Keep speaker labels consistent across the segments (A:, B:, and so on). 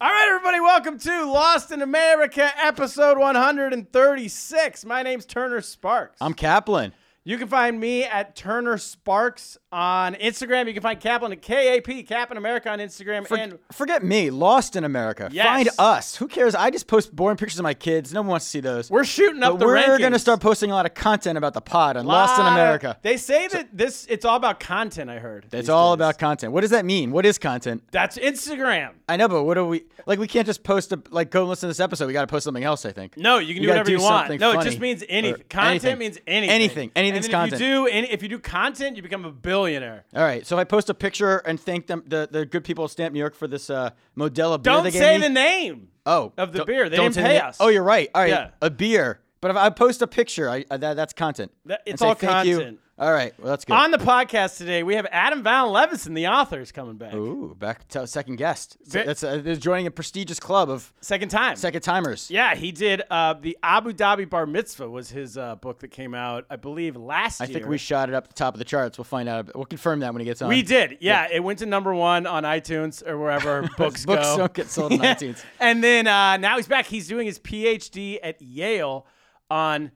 A: All right, everybody, welcome to Lost in America, episode 136. My name's Turner Sparks.
B: I'm Kaplan.
A: you can find me at Turner Sparks on Instagram. You can find Kaplan at KAP, Kaplan America on Instagram.
B: For-
A: and
B: forget me, lost in America.
A: Yes.
B: Find us. Who cares? I just post boring pictures of my kids. No one wants to see those.
A: we're shooting up
B: but
A: the
B: we're going
A: rankings.
B: to start posting a lot of content about the pod on Lost in
A: Lot of-
B: America.
A: They say that this it's all about content, I heard.
B: It's
A: these
B: all
A: days.
B: about content. What does that mean? What is content?
A: That's Instagram.
B: I know, but what do we like? We can't just post a like. Go and listen to this episode. We got to post something else. I think.
A: No, you can do
B: We gotta
A: whatever you want.
B: something
A: No, it
B: funny
A: just means
B: or
A: anything. Content means anything.
B: Anything. Anything's
A: and then
B: content.
A: If you do any, if you do content, you become a billionaire.
B: All right. So if I post a picture and thank them, the, the good people of Stamp New York for this uh, Modella beer
A: Don't
B: they gave
A: say
B: me.
A: the name.
B: Oh,
A: of the
B: don't-
A: beer. They
B: don't
A: didn't
B: say the
A: pay
B: na-
A: us.
B: Oh, you're right. All right,
A: Yeah.
B: a beer. But if I post a picture, I, uh, that, that's content.
A: That-
B: And
A: it's
B: say,
A: all
B: "Thank you."
A: content.
B: All right, well that's good.
A: On the podcast today, we have Adam Van Levinson, the author, is coming back.
B: Ooh, back to second guest. So
A: Ve-
B: that's uh, they're joining a prestigious club of
A: Second time.
B: second timers.
A: Yeah, he did. Uh, the Abu Dhabi Bar Mitzvah was his uh, book that came out, I believe, last
B: I
A: year.
B: think we shot it up the top of the charts. We'll find out. We'll confirm that when he gets on.
A: We did. Yeah, it went to number one on iTunes or wherever books
B: Books
A: go.
B: don't get sold on
A: Yeah.
B: iTunes.
A: And then uh, now he's back. He's doing his PhD at Yale on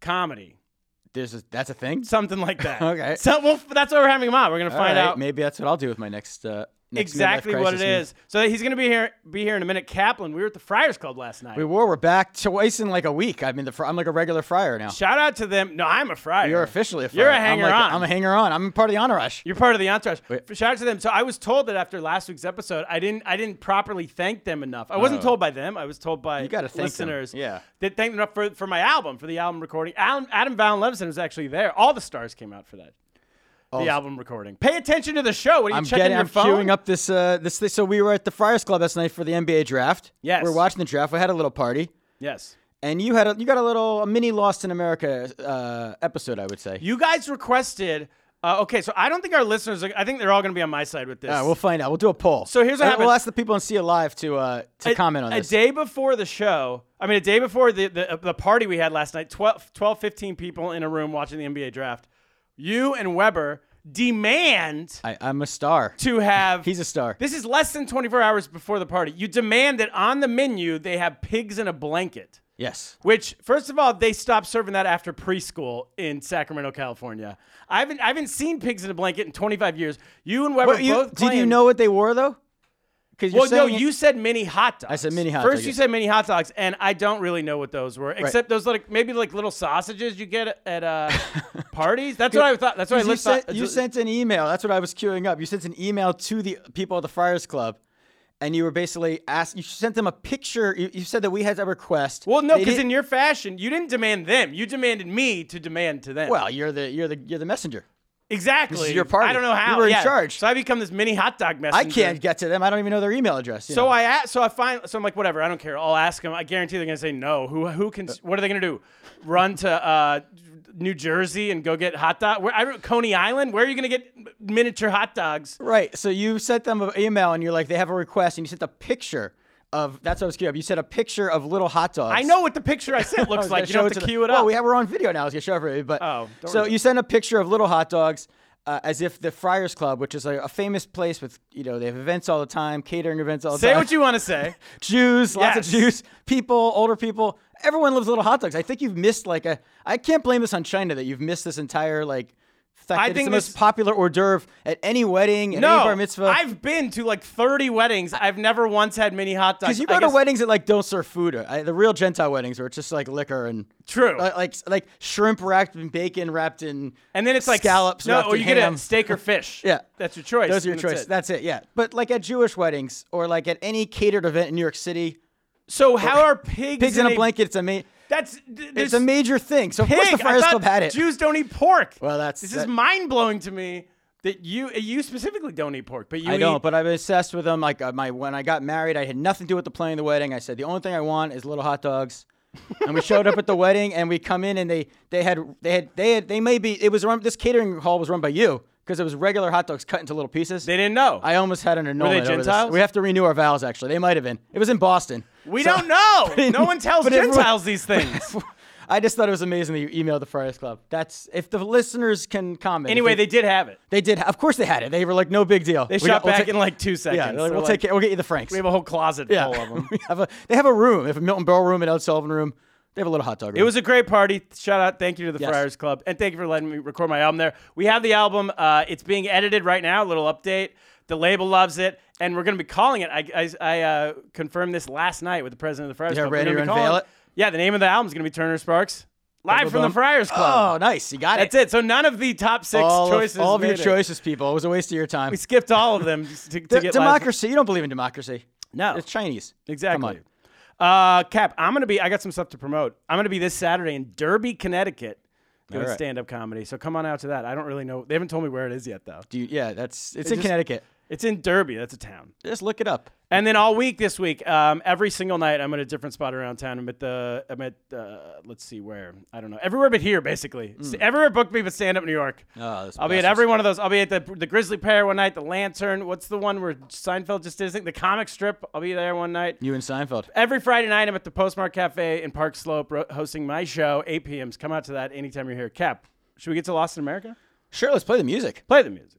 A: comedy,
B: There's a, that's a thing.
A: something like that.
B: Okay.
A: So well, that's what we're having him on. We're gonna
B: All
A: find
B: right,
A: out.
B: Maybe that's what I'll do with my next. Uh, next midlife
A: Exactly what it
B: crisis meeting.
A: is. So he's gonna be here. Be here in a minute. Kaplan, we were at the Friars Club last night.
B: We were. We're back twice in like a week. I mean, the, fr- I'm like a regular friar now.
A: Shout out to them. No, I'm a Friar.
B: You're officially a friar.
A: You're a
B: I'm
A: hanger
B: like-
A: on.
B: I'm a hanger on. I'm part of the honor rush.
A: You're part of the entourage. Shout out to them. So I was told that after last week's episode, I didn't I didn't properly thank them enough. I wasn't
B: Oh.
A: told by them. I was told by
B: You gotta thank them.
A: listeners.
B: Yeah.
A: That thanked them for, for my album, for the album recording. Adam, Adam Valen Levinson was actually there. All the stars came out for that. The album recording. Pay attention to the show. What are you
B: Oh, I'm
A: checking
B: getting.
A: your
B: I'm
A: phone?
B: queuing up this. Uh, this. Thing. So we were at the Friars Club last night for the NBA draft.
A: Yes.
B: We are watching the draft. We had a little party,
A: Yes.
B: and you had a, you got a little a mini Lost in America uh, episode. I would say.
A: You guys requested. Uh, okay, so I don't think our listeners. Are, I think they're all going to be on my side with this.
B: All right, we'll find out. We'll do a poll.
A: So here's what
B: And We'll
A: happened.
B: ask the people and see alive to uh, to
A: a-
B: comment on
A: a
B: this.
A: day before the show i mean a day before the, the, the party we had last night 12, 12 15 people in a room watching the nba draft you and weber demand
B: I, I'm a star.
A: to have
B: He's a star.
A: this is less than 24 hours before the party you demand that on the menu they have pigs in a blanket
B: Yes.
A: which, first of all, they stopped serving that after preschool in Sacramento, California. I haven't, I haven't seen pigs in a blanket in 25 years. You and Weber
B: But you,
A: both.
B: did you
A: claimed-
B: know what they wore though? Because
A: well, no, you said mini hot dogs. I
B: said mini hot
A: First,
B: dogs,
A: you
B: yeah.
A: said mini hot dogs, and I don't really know what those were, except those like maybe like little sausages you get at uh, parties. That's what I thought. That's what I
B: you,
A: looked
B: sent,
A: thought-
B: you sent an email. That's what I was queuing up. You sent an email to the people at the Friars Club, and you were basically asked. You sent them a picture. You, you said that we had a request.
A: Well, no,
B: They
A: because
B: didn't-
A: in your fashion, you didn't demand them. You demanded me to demand to them.
B: well, you're the you're the you're the messenger.
A: exactly.
B: this is your party.
A: I don't know how.
B: You were in
A: yeah.
B: charge.
A: So I become this mini hot dog messenger.
B: I can't get to them. I don't even know their email address. you
A: So
B: know.
A: I a- so I find so I'm like whatever I don't care I'll ask them I guarantee they're gonna say no who who can what are they gonna do run to uh, New Jersey and go get hot dog where I don't, Coney Island where are you gonna get miniature hot dogs
B: right. So you sent them an email, and you're like, they have a request, and you sent a picture of. That's what I was queuing up. You sent a picture of little hot dogs.
A: I know what the picture I sent
B: I
A: looks
B: was
A: like
B: gonna
A: you don't
B: Oh, show
A: have to
B: the-
A: cue it
B: Well,
A: up
B: we have, we're on video now. I was gonna show everybody, but
A: Oh, don't
B: so
A: worry.
B: you sent a picture of little hot dogs uh, as if the Friars Club, which is a, a famous place with you know they have events all the time, catering events all the
A: say
B: time.
A: what you want to say
B: Jews, lots
A: Yes.
B: of Jews, people, older people. Everyone loves little hot dogs. I think you've missed like a. I can't blame this on China that you've missed this entire like. Fact
A: I
B: that
A: think
B: it's the
A: this-
B: most popular hors d'oeuvre at any wedding, at any
A: no
B: bar mitzvah.
A: I've been to like 30 weddings I've never once had mini hot dogs
B: because you
A: I
B: go to
A: guess-
B: weddings that like don't serve food. I, the real Gentile weddings where it's just like liquor and
A: True.
B: like like, like shrimp wrapped in bacon, wrapped in
A: and then it's like
B: scallops.
A: no
B: wrapped
A: or
B: in
A: you get
B: ham.
A: a steak or fish
B: Yeah.
A: that's your choice
B: Those are your
A: and that's
B: choices.
A: it.
B: That's it. Yeah, but like at Jewish weddings or like at any catered event in New York City,
A: so how are pigs
B: pigs in a blanket. It's a ma-
A: that's
B: It's
A: there's
B: a major thing. So of course the
A: pig. I
B: Friars
A: thought
B: Club had it.
A: Jews don't eat pork.
B: Well, that's-
A: this is
B: that-
A: mind blowing to me That you you specifically don't eat pork, but you
B: I
A: eat,
B: don't, but I'm obsessed with them. Like uh, my when I got married, I had nothing to do with the planning of the wedding. I said the only thing I want is little hot dogs. and we showed up at the wedding, and we come in, and they they had they had they had they may be it was run this catering hall was run by you because it was regular hot dogs cut into little pieces.
A: they didn't know.
B: I almost had an annulment. over this.
A: Gentiles?
B: We have to renew our vows. Actually, they might have been. It was in Boston.
A: we
B: So-
A: don't know.
B: But-
A: No one tells
B: but everyone-
A: Gentiles these things.
B: I just thought it was amazing that you emailed the Friars Club. That's if the listeners can comment.
A: anyway,
B: if
A: they did have it.
B: they did. Of course, they had it. They were like, no big deal.
A: They shot back in like two seconds.
B: Yeah, they're like,
A: They're
B: we'll
A: like,
B: take care. We'll get you the Franks.
A: We have a whole closet full of them.
B: we have a, they have a room. They have a Milton Berle room, an El Sullivan room. They have a little hot dog room.
A: It was a great party. Shout out, thank you to the
B: Yes.
A: Friars Club, and thank you for letting me record my album there. We have the album. Uh, it's being edited right now. Little update. The label loves it, and we're going to be calling it. I, I, I uh, confirmed this last night with the president of the Friars
B: Yeah,
A: Club.
B: ready
A: we're gonna
B: to
A: be calling-
B: unveil it?
A: Yeah, the name of the album is going to be Turner Sparks, live from the
B: Bum-bum.
A: Friars Club.
B: Oh, nice. You got
A: That's it. So none of the top six
B: All of-
A: choices.
B: all of your
A: made it.
B: choices, people. It was a waste of your time.
A: We skipped all of them to, to
B: D-
A: get live-
B: democracy. You don't believe in democracy.
A: No,
B: It's Chinese. Come
A: Exactly.
B: on.
A: Uh, Cap, I'm gonna be. I got some stuff to promote. I'm gonna be this Saturday in Derby, Connecticut, doing
B: All right.
A: stand-up comedy. So come on out to that. I don't really know. They haven't told me where it is yet, though.
B: Do you, yeah, that's it's in
A: just-
B: Connecticut.
A: It's in Derby. That's a town.
B: Just look it up.
A: And then all week this week, um, every single night, I'm at a different spot around town. I'm at the. I'm at. Uh, let's see where. I don't know. Everywhere but here, basically. S- Everywhere book me, but stand up New York.
B: Oh, Hmm. those
A: I'll be at
B: bastards.
A: every one of those. I'll be at the the Grizzly Pair one night. The Lantern. What's the one where Seinfeld just isn't? The comic strip. I'll be there one night.
B: You and Seinfeld.
A: Every Friday night, I'm at the Postmark Cafe in Park Slope ro- hosting my show, 8 p.m. Come out to that anytime you're here. Cap, should we get to Lost in America?
B: Sure, let's play the music.
A: Play the music.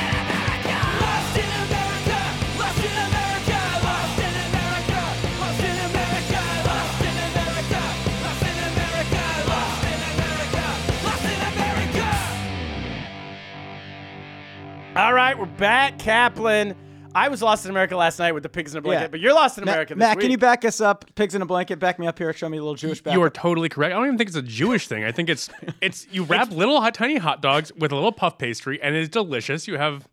C: Lost in America, lost in America, lost in America, lost in America, lost in America, lost in America, lost in America, lost in America.
A: All right, we're back, Kaplan. I was Lost in America last night with the pigs in a blanket,
B: Yeah.
A: but you're Lost in
B: Ma-
A: America this
B: Matt,
A: week.
B: can you back us up? Pigs in a blanket. Back me up here. Show me a little Jewish back.
D: You are totally correct. I don't even think it's a Jewish thing. I think it's it's you wrap little hot tiny hot dogs with a little puff pastry and it's delicious. You have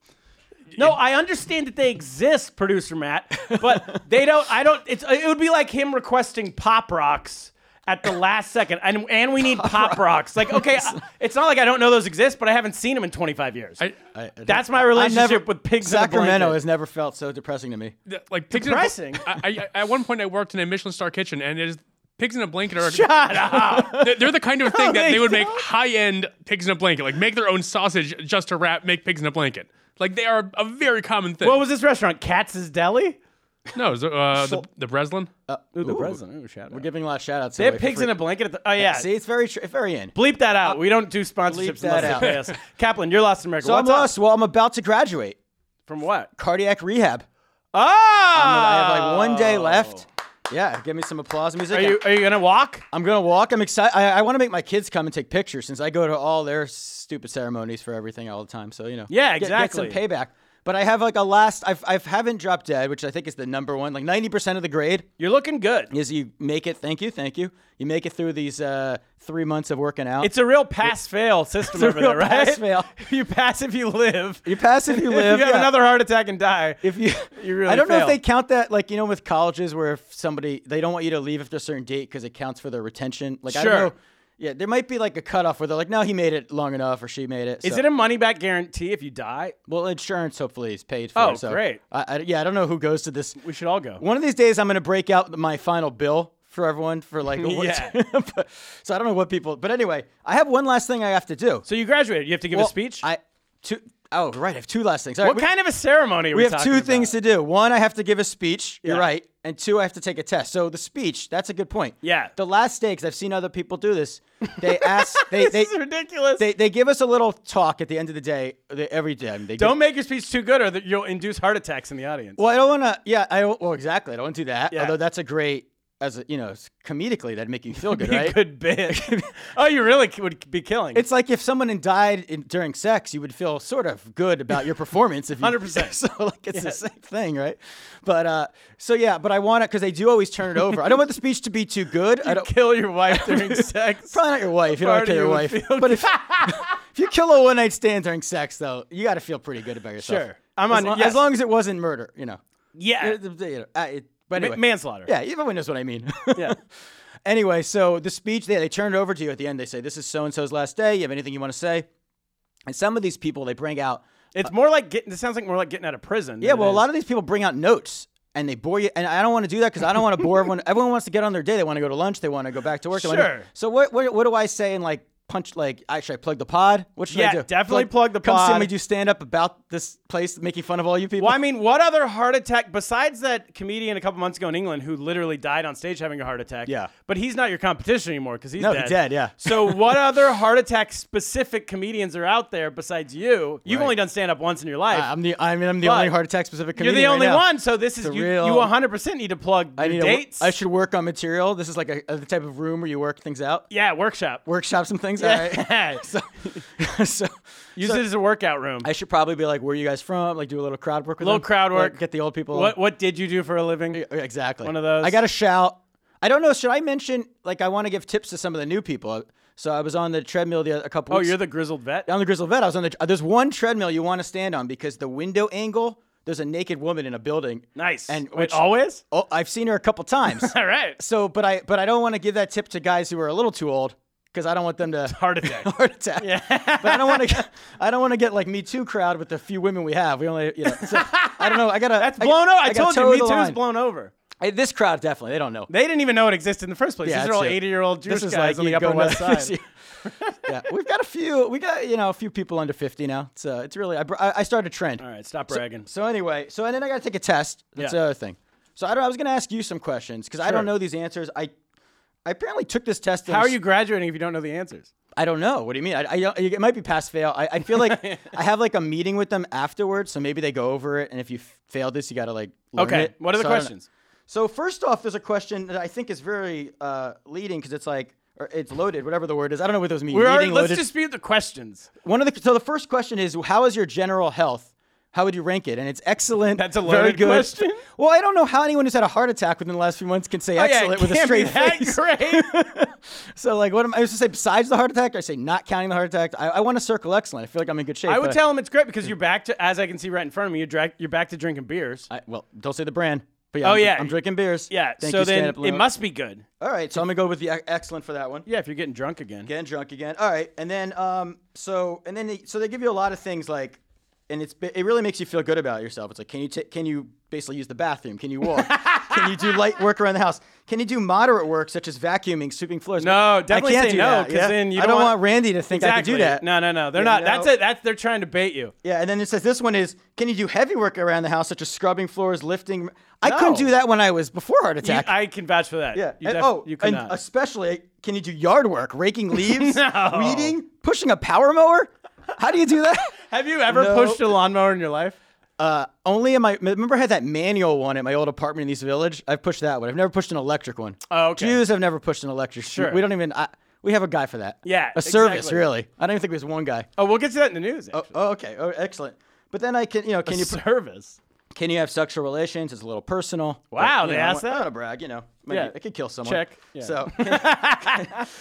A: No, I understand that they exist, producer Matt, but they don't. I don't. It's it would be like him requesting pop rocks at the last second, and and we need pop, rocks. Like, okay, I- it's not like I don't know those exist, but I haven't seen them in 25 years.
D: I,
B: I- I
A: That's
B: don't-
A: my
B: I- I've
A: relationship
B: never-
A: with pigs in a
B: Sacramento
A: blanket.
B: has never felt so depressing to me.
D: th- like pigs
A: Depressing.
D: In a, I, I, at one point, I worked in a Michelin star kitchen, and it is pigs in a blanket are
A: Shut up.
D: they're, they're the kind of thing that
A: they
D: they would make high end pigs in a blanket, like make their own sausage just to wrap make pigs in a blanket. Like they are a very common thing.
A: What was this restaurant? Katz's Deli?
D: no, so, uh, the the Breslin.
A: Ooh, the president. Ooh, shout
B: We're
A: out.
B: giving a lot of shout outs.
A: They have pigs in a blanket. At the, oh, yeah.
B: See, it's very tr- very in.
A: Bleep that out. we don't do
B: bleep
A: sponsorships unless
B: that
A: they
B: out.
A: pay us. Kaplan, you're Lost in America.
B: So
A: What's
B: I'm
A: up?
B: lost. Well, I'm about to graduate.
A: From what?
B: Cardiac rehab.
A: Oh!
B: I'm gonna- I have like one day left. Yeah, give me some applause music.
A: Ah! Are you, are you going to walk?
B: I'm gonna walk. I'm excited. I, I want to make my kids come and take pictures since I go to all their stupid ceremonies for everything all the time. So you know,
A: Yeah,
B: get- get some
A: exactly.
B: payback. But I have like a last. I've I've haven't dropped dead, which I think is the number one. Like 90 percent of the grade
A: You're looking good.
B: is you make it. Thank you, thank you. You make it through these uh, three months of working out.
A: It's a real pass fail system
B: a
A: over
B: real
A: there, right?
B: pass-fail.
A: you pass if you live.
B: you pass if you live.
A: if you have
B: yeah.
A: another heart attack and die.
B: If you,
A: You really
B: I don't know
A: fail.
B: if they count that, like you know, with colleges where if somebody they don't want you to leave after a certain date because it counts for their retention. Like I
A: Sure.
B: don't know. Yeah, there might be like a cutoff where they're like, no, he made it long enough or she made it.
A: is
B: so-
A: it a money back guarantee if you die?
B: Well, insurance hopefully is paid for.
A: Oh,
B: so
A: great.
B: I, I, yeah, I don't know who goes to this.
A: We should all go.
B: One of these days, I'm going to break out my final bill for everyone for like. a-
A: Yeah.
B: but- so I don't know what people. But anyway, I have one last thing I have to do.
A: So you graduated. You have to give
B: Well,
A: a speech?
B: I two. Oh, right. I have two last things. All right,
A: what
B: we-
A: kind of a ceremony are we
B: we have
A: talking
B: two things
A: about?
B: to do. One, I have to give a speech. You're
A: Yeah.
B: right. And two, I have to take a test. So the speech, that's a good point.
A: Yeah.
B: The last day, 'cause I've seen other people do this. They ask. They they,
A: This is ridiculous.
B: they they give us a little talk at the end of the day. They, every day. I mean, they give-
A: Don't make your speech too good, or that you'll induce heart attacks in the audience.
B: Well, I don't want to. Yeah, I don't. Well, exactly. I don't want to do that.
A: Yeah.
B: Although that's a great, as a, you know, s- comedically, that'd make you feel good,
A: Be a
B: right?
A: good bit. oh, you really c- would be killing.
B: It's like if someone had died in, during sex, you would feel sort of good about your performance. If you,
A: 100%.
B: So like it's the same thing, right? But uh, so yeah, but I want it because they do always turn it over. I don't want the speech to be too good. I
A: you
B: don't.
A: kill your wife during sex.
B: Probably not your wife. You don't
A: Part
B: want to
A: of
B: kill your
A: you would feel
B: wife. But if, if you kill a one night stand during sex, though, you got to feel pretty good about yourself.
A: Sure. I'm
B: as
A: on-
B: lo-
A: yes.
B: as long as it wasn't murder, you know.
A: Yeah.
B: You know, uh, it- but
A: Ah. Ma-
B: anyway.
A: manslaughter.
B: Yeah, everyone knows what I mean.
A: Yeah.
B: Anyway, so the speech, they, they turn it over to you at the end. They say, This is so and so's last day. You have anything you want to say? And some of these people, they bring out,
A: It's more like getting. It sounds like more like getting out of prison.
B: yeah, well, a lot of these people bring out notes and they bore you. And I don't want to do that because I don't want to bore everyone. Everyone wants to get on their day. They want to go to lunch. They want to go back to work. they wanna-
A: Sure.
B: So, what, what, what do I say in like punch, like, I, should I plug the pod? What should I
A: Yeah,
B: do?
A: definitely plug the
B: Come see
A: pod.
B: me do stand up about this place making fun of all you people.
A: Well, I mean, what other heart attack besides that comedian a couple months ago in England who literally died on stage having a heart attack?
B: Yeah.
A: But he's not your competition anymore because he's
B: No,
A: dead.
B: he's dead, yeah.
A: So what other heart attack specific comedians are out there besides you? You've
B: Right. Uh,
A: only done stand up once in your life.
B: I- I'm the, I mean, I'm the
A: But
B: only heart attack specific
A: You're
B: comedian.
A: the
B: right
A: only
B: now.
A: one, so this is
B: It's a
A: you.
B: real-
A: You 100% need to plug
B: I
A: your
B: need. a-
A: dates.
B: I should work on material. This is like a, a type of room where you work things out,
A: Yeah, workshop.
B: workshop some things.
A: Yeah.
B: All right. so,
A: Use
B: so
A: it as a workout room.
B: I should probably be like, "Where are you guys from?" Like, do a little crowd work. With
A: Little
B: them.
A: crowd
B: Like,
A: work.
B: get the old people.
A: what What did you do for a living?
B: Yeah, Exactly.
A: One of those.
B: I gotta shout. I don't know. Should I mention? Like, I want to give tips to some of the new people. So I was on the treadmill the a couple.
A: Oh,
B: weeks
A: you're the grizzled vet.
B: on the Grizzle Vet, I was on the. uh, There's one treadmill you want to stand on because the window angle. There's a naked woman in a building.
A: Nice.
B: And
A: Wait,
B: which,
A: always.
B: oh, I've seen her a couple times.
A: All right.
B: So, but I but I don't want to give that tip to guys who are a little too old because I don't want them to
A: Heart attack.
B: heart attack.
A: Yeah.
B: but I don't want to I don't want to get like Me Too crowd with the few women we have. We only you know. So, I don't know. I gotta.
A: That's
B: I-
A: blown over. I,
B: gotta
A: told you,
B: toe
A: Me
B: the
A: Too is
B: line.
A: blown over.
B: I- this crowd definitely. They don't know.
A: They didn't even know it existed in the first place.
B: Yeah,
A: These are
B: that's
A: all
B: it.
A: 80 year old Jewish
B: This is
A: guys
B: like
A: on the
B: you
A: Upper
B: go
A: West
B: to-
A: Side.
B: yeah, we've got a few. We got you know a few people under fifty now. It's uh, it's really I, br- I I started a trend.
A: all right, stop bragging.
B: So anyway, so and then I got to take a test. That's
A: Yeah.
B: the other thing. So I don't. I was gonna ask you some questions because I don't
A: Sure.
B: know these answers. I. I apparently took this test. and
A: How are
B: was-
A: you graduating if you don't know the answers?
B: I don't know. What do you mean? I, I don't, it might be pass fail. I, I feel like I have like a meeting with them afterwards, so maybe they go over it. And if you f- fail this, you got to like learn
A: Okay,
B: it.
A: what are the
B: So I don't know.
A: questions?
B: So first off, there's a question that I think is very uh, leading because it's like or it's loaded, whatever the word is. I don't know what those mean.
A: We're already,
B: Leading,
A: let's
B: loaded.
A: dispute the questions.
B: one of the so the first question is how is your general health? How would you rank it? And it's excellent.
A: That's a
B: very
A: loaded
B: good.
A: question? Oh,
B: Well, I don't know how anyone who's had a heart attack within the last few months can say
A: yeah,
B: excellent
A: it
B: with a
A: can't be that
B: straight face.
A: great.
B: So like, what am I supposed to say? Besides the heart attack, I say not counting the heart attack. I, I want to circle excellent. I feel like I'm in good shape.
A: I would
B: but
A: tell them it's great because you're back to, as I can see right in front of me, you're, drag, you're back to drinking beers.
B: I, well, don't say the brand. But yeah,
A: Oh,
B: I'm,
A: yeah.
B: I'm drinking beers.
A: yeah,
B: Uh, Thank
A: so then
B: you, Stand Up
A: it
B: Limo.
A: must be good.
B: All right, so I'm gonna go with the e- excellent for that one.
A: Yeah, if you're getting drunk again.
B: Again, drunk again. All right, and then um, so and then they, so they give you a lot of things like, and it's it really makes you feel good about yourself. It's like, can you ta- can you basically use the bathroom? Can you walk? can you do light work around the house? Can you do moderate work such as vacuuming, sweeping floors?
A: No,
B: I
A: definitely
B: can't
A: say
B: do
A: no,
B: that,
A: 'cause
B: yeah?
A: then you
B: I
A: don't
B: don't
A: want-
B: want Randy to think I
A: Exactly.
B: could do that.
A: No, no, no. They're
B: Yeah,
A: not.
B: no.
A: That's it. That's they're trying to bait you.
B: Yeah, and then it says this one is can you do heavy work around the house, such as scrubbing floors, lifting? I
A: No.
B: couldn't do that when I was before heart
A: You-
B: attack.
A: I can vouch for that.
B: yeah.
A: You
B: and-
A: def-
B: oh,
A: you could
B: and
A: not.
B: especially can you do yard work, raking leaves,
A: No.
B: weeding, pushing a power mower? How do you do that?
A: Have you ever
B: No.
A: pushed a lawnmower in your life?
B: Uh, only in my remember I had that manual one at my old apartment in East Village. I've pushed that one. I've never pushed an electric one.
A: Oh, okay.
B: Jews have never pushed an electric.
A: Sure.
B: We don't even. I, we have a guy for that.
A: Yeah,
B: A service,
A: exactly.
B: really. I don't even think there's one guy.
A: Oh, we'll get to that in the news. Actually.
B: Oh, okay. Oh, excellent. But then I can, you know, can you put-
A: service?
B: Can you have sexual relations? It's a little personal.
A: Wow,
B: you
A: they
B: know,
A: asked
B: I
A: that?
B: want to brag, you know. Maybe
A: Yeah.
B: I could kill someone.
A: Check. Yeah.
B: So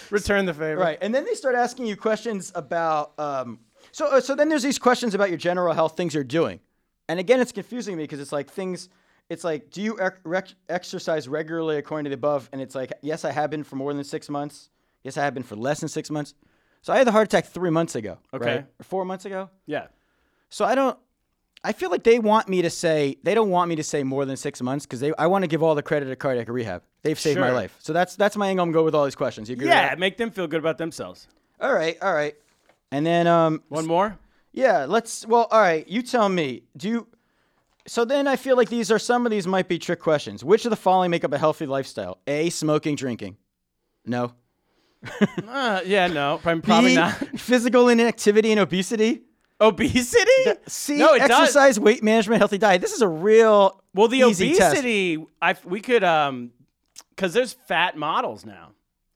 A: Return the favor.
B: right, and then they start asking you questions about. Um, so uh, so then there's these questions about your general health, things you're doing, and again, it's confusing me because it's like things. It's like, do you ec- rec- exercise regularly according to the above? And it's like, yes, I have been for more than six months. Yes, I have been for less than six months. So I had the heart attack three months ago.
A: Okay.
B: right? Or four months ago.
A: Yeah.
B: So I don't. I feel like they want me to say they don't want me to say more than six months because they I want to give all the credit to cardiac rehab. They've saved my
A: Sure.
B: life. So that's that's my angle. I'm going with all these questions. You agree? with
A: Yeah.
B: that?
A: Make them feel good about themselves.
B: All right. All right. And then um
A: One more.
B: yeah let's well all right you tell me do you so then I feel like these are some of these might be trick questions. Which of the following make up a healthy lifestyle? A smoking drinking. No.
A: Uh, yeah. No. prob- Probably
B: B,
A: not.
B: Physical inactivity and obesity.
A: Obesity?
B: C
A: no, it
B: exercise,
A: does.
B: weight management, healthy diet. This is a real
A: Well, the
B: easy test.
A: obesity, I f- we could um, because there's fat models now.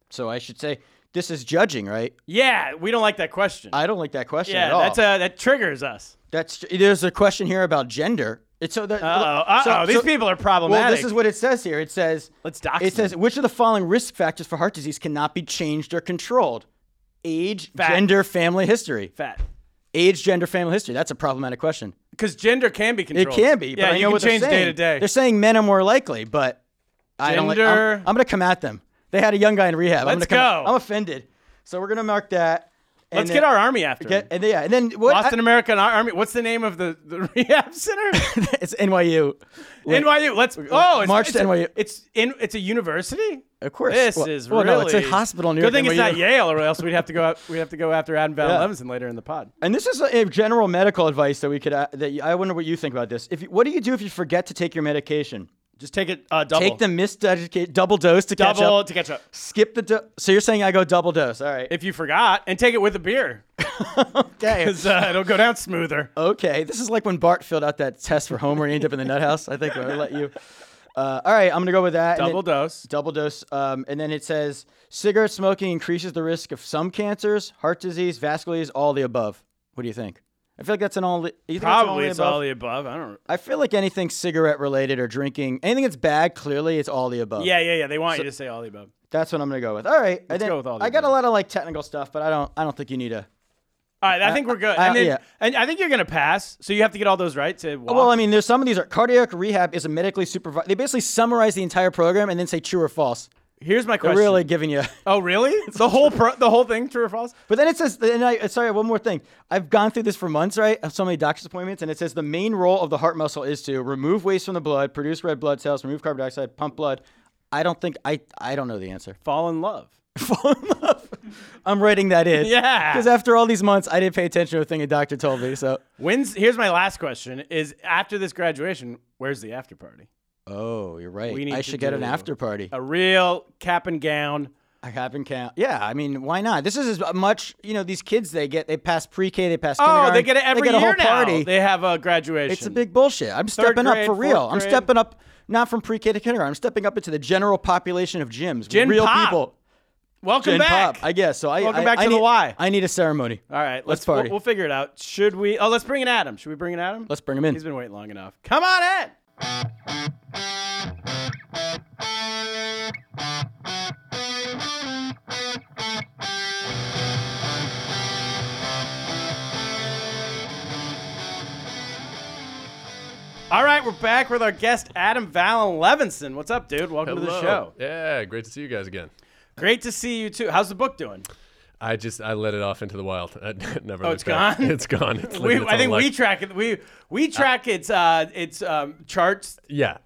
B: So I should say this is judging, right?
A: Yeah, we don't like that question.
B: I don't like that question
A: yeah,
B: at all.
A: that's uh, that triggers us.
B: that's there's a question here about gender. It's so that
A: Uh oh. Uh oh.
B: so-
A: These
B: so-
A: people are problematic.
B: Well, this is what it says here. It says
A: Let's dox
B: It says
A: them.
B: which of the following risk factors for heart disease cannot be changed or controlled? Age,
A: Fat.
B: gender, family history.
A: fat.
B: Age, gender, family history. That's a problematic question.
A: because gender can be
B: It
A: controlled.
B: can be. But
A: Yeah,
B: I
A: you
B: know
A: can
B: what they're
A: change day
B: saying.
A: to day.
B: They're saying men are more likely, but I don't. Like, I'm,
A: Gender.
B: I'm gonna come at them. They had a young guy in rehab. I'm
A: Let's
B: gonna come
A: go.
B: I'm offended. So we're gonna mark that. and
A: Let's
B: then-
A: get our army after.
B: Get,
A: him.
B: and yeah, and then what?
A: Lost
B: I-
A: in America and our army. What's the name of the, the rehab center?
B: it's NYU. Wait,
A: NYU. Let's. Oh, it's,
B: March
A: it's
B: to
A: a-
B: NYU.
A: It's in. It's a university.
B: Of course.
A: This
B: Well-
A: is
B: well,
A: really.
B: no, it's a hospital in New
A: Good
B: York,
A: thing it's
B: NYU.
A: not Yale, or else we'd have to go. Out, we'd have to go after Adam Van
B: Yeah.
A: Levinson later in the pod.
B: And this is a, a general medical advice that we could. Uh, that you, I wonder what you think about this. If you, what do you do if you forget to take your medication?
A: Just take it uh, double.
B: Take the misdedicated double dose to catch
A: double
B: up.
A: to catch up.
B: Skip the. Do- so you're saying I go double dose? All right.
A: If you forgot, and take it with a beer,
B: okay.
A: because uh, it'll go down smoother.
B: Okay, this is like when Bart filled out that test for Homer and he ended up in the nut house. I think I let you. Uh, all right, I'm gonna go with that. and
A: Double
B: it-
A: dose.
B: Double dose. Um, and then it says cigarette smoking increases the risk of some cancers, heart disease, vascular disease, all the above. What do you think? I feel like that's an all. you think that's an
A: Probably it's
B: the above?
A: all the above. I don't.
B: I feel like anything cigarette related or drinking, anything that's bad, clearly it's all the above.
A: Yeah, yeah, yeah. They want you to say all the above.
B: that's what I'm gonna go with. All right, I
A: Let's go with all the
B: I got a
A: above.
B: lot of like technical stuff, but I don't. I don't think you need a.
A: All right, I think we're good.
B: I-
A: and, then,
B: yeah.
A: and I think you're gonna pass, so you have to get all those right to walk.
B: Well, I mean, there's some of these are cardiac rehab is a medically supervised. They basically summarize the entire program and then say true or false.
A: Here's my
B: They're
A: question.
B: really giving you.
A: Oh, really? The whole pro- the whole thing, true or false?
B: But then it says, and I, sorry, one more thing. I've gone through this for months, right? So many doctor's appointments, and it says the main role of the heart muscle is to remove waste from the blood, produce red blood cells, remove carbon dioxide, pump blood. I don't think I. I don't know the answer.
A: Fall in love.
B: Fall in love. I'm writing that in.
A: Yeah.
B: Because after all these months, I didn't pay attention to a thing a doctor told me. So.
A: When's here's my last question is after this graduation, where's the after party?
B: Oh, you're right.
A: We need
B: I
A: to
B: should get an
A: do-
B: after party.
A: A real cap and gown.
B: I haven't count. Yeah, I mean, why not? This is as much. You know, these kids they get they pass pre-K, they pass.
A: Oh,
B: kindergarten,
A: they get it every
B: a
A: year
B: whole
A: now.
B: Party.
A: They have a graduation.
B: it's a big bullshit. I'm stepping
A: grade,
B: up for real.
A: fourth
B: I'm
A: grade.
B: stepping up not from pre-K to kindergarten. I'm stepping up into the general population of gyms.
A: Gen
B: with real
A: pop.
B: people.
A: welcome
B: Gen
A: back.
B: pop. I guess so. I
A: Welcome
B: I-
A: back
B: I
A: to the
B: need,
A: Y.
B: I need a ceremony.
A: All right, let's,
B: Let's party.
A: We'll, we'll figure it out. Should we? Oh, let's bring in Adam. Should we bring in Adam?
B: Let's bring him in.
A: He's been waiting long enough. Come on in. All right, we're back with our guest Adam Valen Levinson. What's up, dude? Welcome to the show.
E: Yeah, great to see you guys again.
A: Great to see you too. How's the book doing?
E: I just I let it off into the wild. I never.
A: Oh, it's
E: looked back.
A: gone?
E: It's gone. It's
A: We,
E: living its
A: I
E: own
A: think we
E: life.
A: track it. We we track its uh, its um, charts
E: yeah.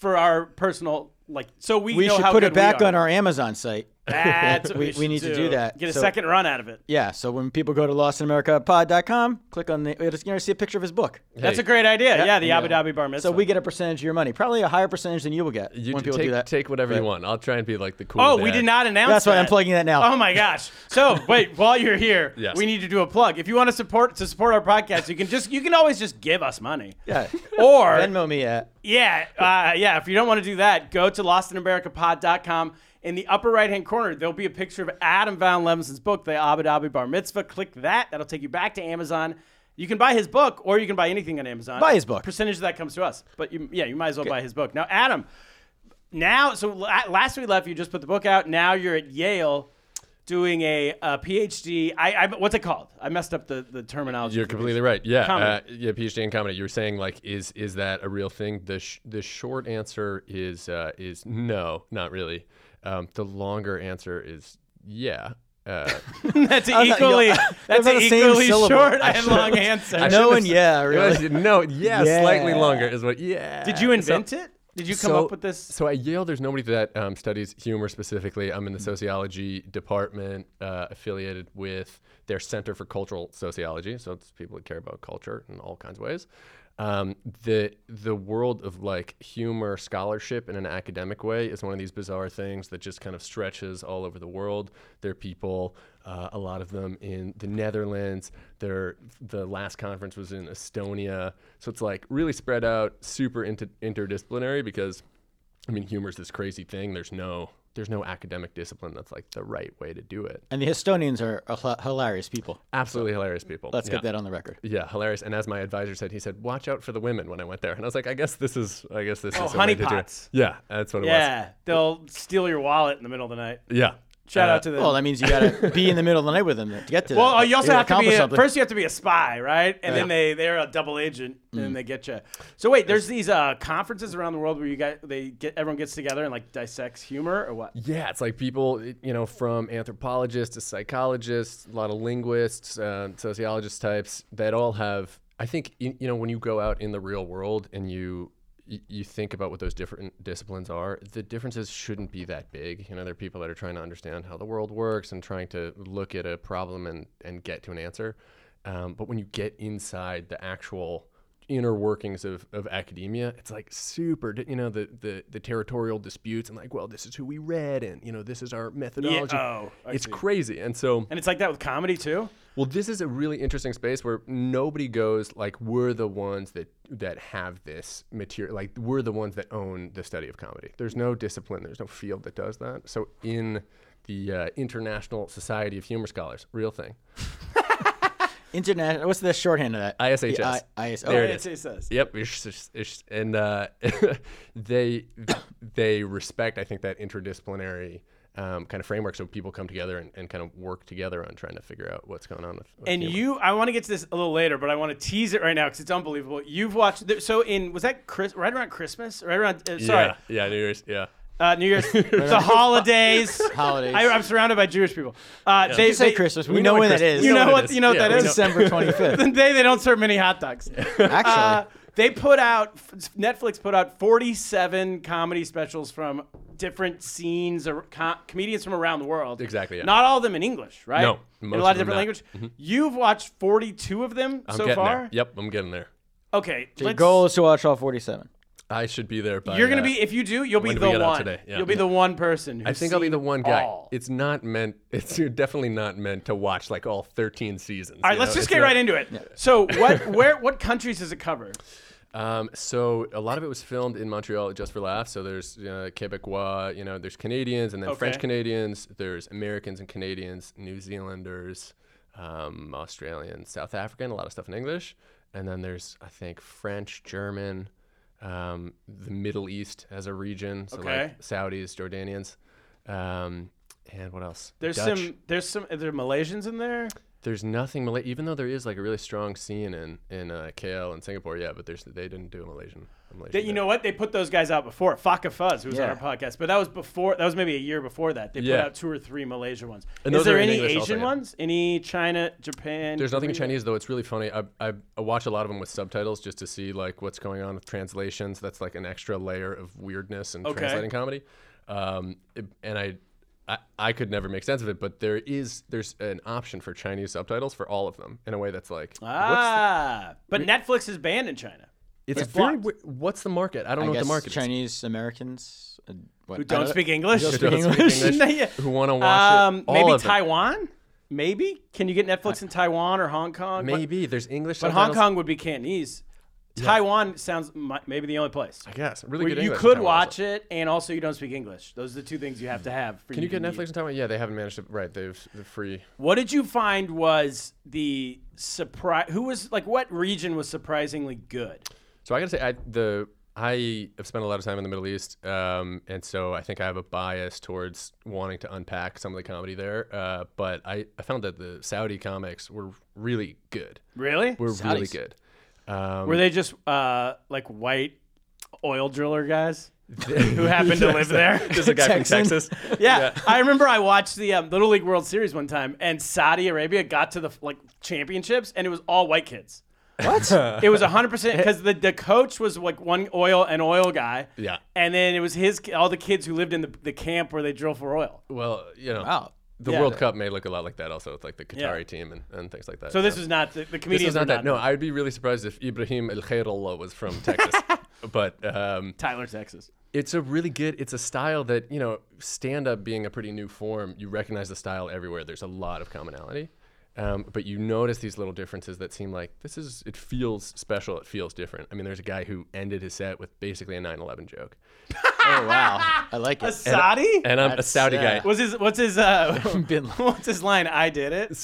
A: for our personal like so we
B: We
A: know
B: should
A: how
B: put
A: good
B: it back
A: we
B: on
A: are.
B: our Amazon site.
A: That's what we,
B: We- we
A: should
B: need to do that.
A: Get a
B: So-
A: second run out of it.
B: Yeah. So when people go to lostinamericapod.com, click on the. You're going to see a picture of his book.
A: That's
E: Hey,
A: a great idea. Yeah, the Abu Dhabi Bar Mitzvah.
B: So we get a percentage of your money, probably a higher percentage than you will get
E: You
B: when
E: t-
B: people
E: take,
B: do that.
E: take whatever
B: Right.
E: you want. I'll try and be like the cool.
A: Oh, we
E: dad.
A: did not announce.
B: That's why I'm
A: that.
B: plugging that now.
A: Oh my gosh! So wait, while you're here,
E: Yes.
A: we need to do a plug. If you want to support to support our podcast, you can just you can always just give us money.
B: Yeah.
A: Or
B: Venmo me at.
A: Yeah, uh, yeah. If you don't want to do that, go to lostinamericapod.com. In the upper right hand corner, there'll be a picture of Adam Van Levinson's book, The Abu Dhabi Bar Mitzvah. Click that. That'll take you back to Amazon. You can buy his book, or you can buy anything on Amazon.
B: Buy his book.
A: Percentage of that comes to us, but you, yeah, you might as well buy his book. Now, Adam, now so la- last we left, you just put the book out. Now you're at Yale doing a, uh PhD. I, I what's it called? I messed up the the terminology.
E: You're completely right. Yeah, uh,
A: Comedy.
E: yeah. PhD in comedy. You were saying like, is is that a real thing? The sh- the short answer is uh, is no, not really. Um, the longer answer is yeah. Uh,
A: That's an equally that's
B: they're
A: an
B: the same
A: equally
B: syllable.
A: short
B: I
A: and long answer.
E: I
B: No
E: should've
B: and
E: s-
B: yeah,
E: I
B: really.
E: should- No, yeah, slightly
B: Yeah.
E: longer is what. Yeah.
A: Did you
E: Uh, So-
A: invent it? Did you come
E: so-
A: up with this?
E: So at Yale, there's nobody that um, studies humor specifically. I'm in the sociology department, uh, affiliated with their Center for Cultural Sociology. So it's people that care about culture in all kinds of ways. Um, the the world of like humor scholarship in an academic way is one of these bizarre things that just kind of stretches all over the world. There are people, uh, a lot of them in the Netherlands. There, the last conference was in Estonia. So it's like really spread out, super inter- interdisciplinary because I mean, humor is this crazy thing. There's no there's no academic discipline that's like the right way to do it.
B: And the Estonians are a hila- hilarious people.
E: Absolutely hilarious people.
B: Let's
E: yeah.
B: get that on the record.
E: Yeah, hilarious. And as my advisor said, he said, "Watch out for the women." When I went there, and I was like, "I guess this is, I guess this
A: Oh,
E: is a way to do it."
A: honeypots.
E: Yeah, that's what it
A: Yeah, they'll steal your wallet in the middle of the night.
E: was. Yeah, Uh,
A: Shout out to them.
B: Well, that means you gotta be in the middle of the night with them to get to.
A: Well,
B: that.
A: you also have to be
B: accomplish
A: a,
B: something.
A: first. You have to be a spy, right? And then they they're a double agent, and
E: Mm.
A: then they get you. So wait, there's these uh, conferences around the world where you got they get everyone gets together and like dissects humor or what?
E: Yeah, it's like people, you know, from anthropologists to psychologists, a lot of linguists, uh, sociologists types that all have. I think you, you know when you go out in the real world and you you- you think about what those different disciplines are, the differences shouldn't be that big. You know, there are people that are trying to understand how the world works and trying to look at a problem and and get to an answer. Um, but when you get inside the actual inner workings of, of academia it's like super di- you know the, the the territorial disputes and like well this is who we read and you know this is our methodology
A: oh, I
E: it's
A: see.
E: crazy and so
A: And it's like that with comedy too.
E: well this is a really interesting space where nobody goes like we're the ones that that have this material like we're the ones that own the study of comedy there's no discipline there's no field that does that so in the uh, international society of humor scholars real thing
B: international. What's the shorthand of that?
E: ISHS.
B: The I- IS- oh,
E: There it
A: It
E: is.
A: says
E: Yep, ish, ish, ish. and uh, they they respect, I think, that interdisciplinary um, kind of framework. So people come together and, and kind of work together on trying to figure out what's going on with. with
A: And
E: humor.
A: you, I want to get to this a little later, but I want to tease it right now because it's unbelievable. You've watched there- so in was that Chris right around Christmas, right around uh, sorry,
E: yeah, yeah, New Year's, yeah.
A: uh, New Year's, the holidays.
B: Holidays.
A: I, I'm surrounded by Jewish people. Uh, they,
B: you say
A: they-
B: Christmas. We,
E: we
B: know
E: know
B: when
E: what
B: that
E: Christmas-
B: is.
A: You
E: know
A: know
E: what it
A: what
E: is.
A: you know what
E: Yeah,
A: that
E: we
A: is. Uh,
E: know.
B: December twenty
A: the
B: fifth.
A: day they don't serve many hot dogs. Uh,
B: Actually,
A: they put out Netflix put out 47 comedy specials from different scenes or com- comedians from around the world.
E: Exactly, yeah.
A: Not all of them in English, right?
E: No,
A: in a
E: most
A: lot
E: of
A: of
E: them
A: different
E: not. Mm-hmm.
A: languages. You've watched 42 of them
E: I'm
A: so
E: getting
A: far.
E: there. Yep, I'm getting there.
A: Okay.
B: your
A: let's-
B: goal is to watch all forty-seven.
E: I should be there by.
A: You're gonna
E: uh,
A: be if you do, you'll be
E: when do
A: the
E: we get out
A: one.
E: today? Yeah.
A: You'll be the one person. Who's
E: I think I'll be
A: seen
E: the one guy.
A: all.
E: It's not meant. It's you're definitely not meant to watch like all 13 seasons.
A: all right, let's just get right into it. So, what, where, what countries does it cover?
E: Um, so a lot of it was filmed in Montreal at Just for Laughs. So there's uh, Quebecois, you know, there's Canadians and then
A: Okay.
E: French Canadians. There's Americans and Canadians, New Zealanders, um, Australians, South African. A lot of stuff in English, and then there's I think French, German, um, the Middle East as a region. So
A: Okay.
E: like Saudis, Jordanians, um, and what else?
A: There's
E: Dutch.
A: some, there's some, are there Malaysians in there?
E: There's nothing Malay. Even though there is like a really strong scene in in uh, KL and Singapore, yeah, but there's they didn't do a Malaysian. a Malaysian
A: That you
E: bit.
A: know what they put those guys out before Faka Fuzz, who was on
B: Yeah.
A: our podcast, but that was before that was maybe a year before that. They put
E: Yeah.
A: out two or three Malaysia ones.
E: And
A: Is
E: those
A: there
E: are in
A: any
E: English
A: Asian
E: also, yeah.
A: ones? Any China, Japan?
E: There's nothing in
A: Korea?
E: Chinese though. It's really funny. I, I I watch a lot of them with subtitles just to see like what's going on with translations. That's like an extra layer of weirdness in
A: Okay.
E: translating comedy. Um, it- and I, I I could never make sense of it, but there is there's an option for Chinese subtitles for all of them in a way that's like what's
A: Ah, but Netflix is banned in China.
E: it's very
A: blocked.
E: weir- what's the market? I don't
B: I
E: know what
B: guess
E: the market is.
B: Chinese Americans uh, what-
A: Who
B: I don't
A: don't speak English?
B: Who don't
E: Who
B: speak
E: don't speak
B: English.
E: English,
A: Yeah.
E: who want to watch
A: Um,
E: it? All
A: maybe
E: of them.
A: Taiwan. Maybe can you get Netflix in Taiwan or Hong Kong? But-
E: Maybe there's English.
A: but, Hong
E: subtitles.
A: Kong would be Cantonese. Taiwan sounds mi- maybe the only place.
E: I guess really
A: Where
E: good.
A: you
E: English in
A: could
E: Taiwan also.
A: watch it, and also you don't speak English. Those are the two things you have to have. For
E: Can you
A: to
E: get
A: be-
E: Netflix in Taiwan? Yeah, they haven't managed to. Right, they've the free.
A: What did you find was the surprise? Who was like what region was surprisingly good?
E: So I gotta say, I the I have spent a lot of time in the Middle East, um, and so I think I have a bias towards wanting to unpack some of the comedy there. Uh, but I, I found that the Saudi comics were really good.
A: Really?
E: Were really
B: Saudis.
E: good. Um,
A: Were they just uh, like white oil driller guys who happened to live there?
E: There's a guy
B: Texan.
E: from Texas.
A: yeah, I remember I watched the um, Little League World Series one time, and Saudi Arabia got to the like championships, and it was all white kids. What? it was 100% because the, the coach was like one oil and oil guy.
E: Yeah.
A: And then it was his all the kids who lived in the, the camp where they drill for oil.
E: Well, you know,
B: Wow.
E: the
A: Yeah.
E: World Cup may look a lot like that also with like the
A: Yeah.
E: Qatari team and, and things like that.
A: So this was not the, the
E: this
A: comedians.
E: is not
A: were
E: that. No, I would be really surprised if Ibrahim El Khairullah was from Texas. but um,
A: Tyler, Texas.
E: it's a really good it's a style that you know stand up being a pretty new form you recognize the style everywhere there's a lot of commonality um, but you notice these little differences that seem like this is it feels special it feels different i mean there's a guy who ended his set with basically a 9-11 joke
B: Oh wow, I like it.
A: Saudi?
E: and i'm a
B: That's,
E: saudi
B: uh,
E: guy
A: What's his what's his uh
B: Bin Laden.
A: what's his line? I did it.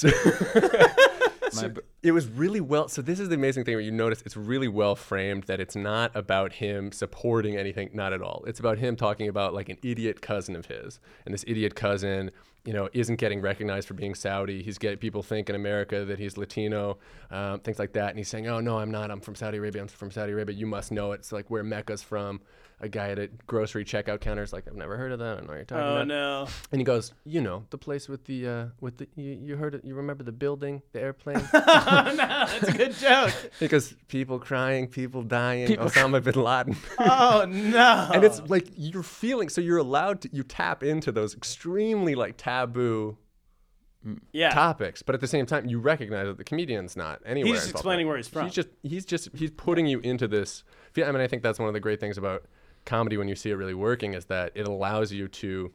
B: My br-
E: it was really well so this is the amazing thing where you notice it's really well framed that it's not about him supporting anything not at all it's about him talking about like an idiot cousin of his and this idiot cousin you know, isn't getting recognized for being Saudi. He's getting people think in America that he's Latino, um, things like that. And he's saying, "Oh no, I'm not. I'm from Saudi Arabia. I'm from Saudi Arabia. You must know it. It's like where Mecca's from." A guy at a grocery checkout counter is like, "I've never heard of that. I don't know what you're talking about."
A: Oh no.
E: And he goes, "You know, the place with the uh, with the you, you heard it. You remember the building, the airplane."
A: That's a good joke.
E: because people crying, people dying, Osama bin Laden.
A: Oh no.
E: and it's like you're feeling so you're allowed to you tap into those extremely like taboo
A: yeah.
E: topics, but at the same time you recognize that the comedian's not anywhere.
A: just
E: involved.
A: explaining where he's from.
E: He's just he's just he's putting you into this. fe- I mean, I think that's one of the great things about comedy when you see it really working is that it allows you to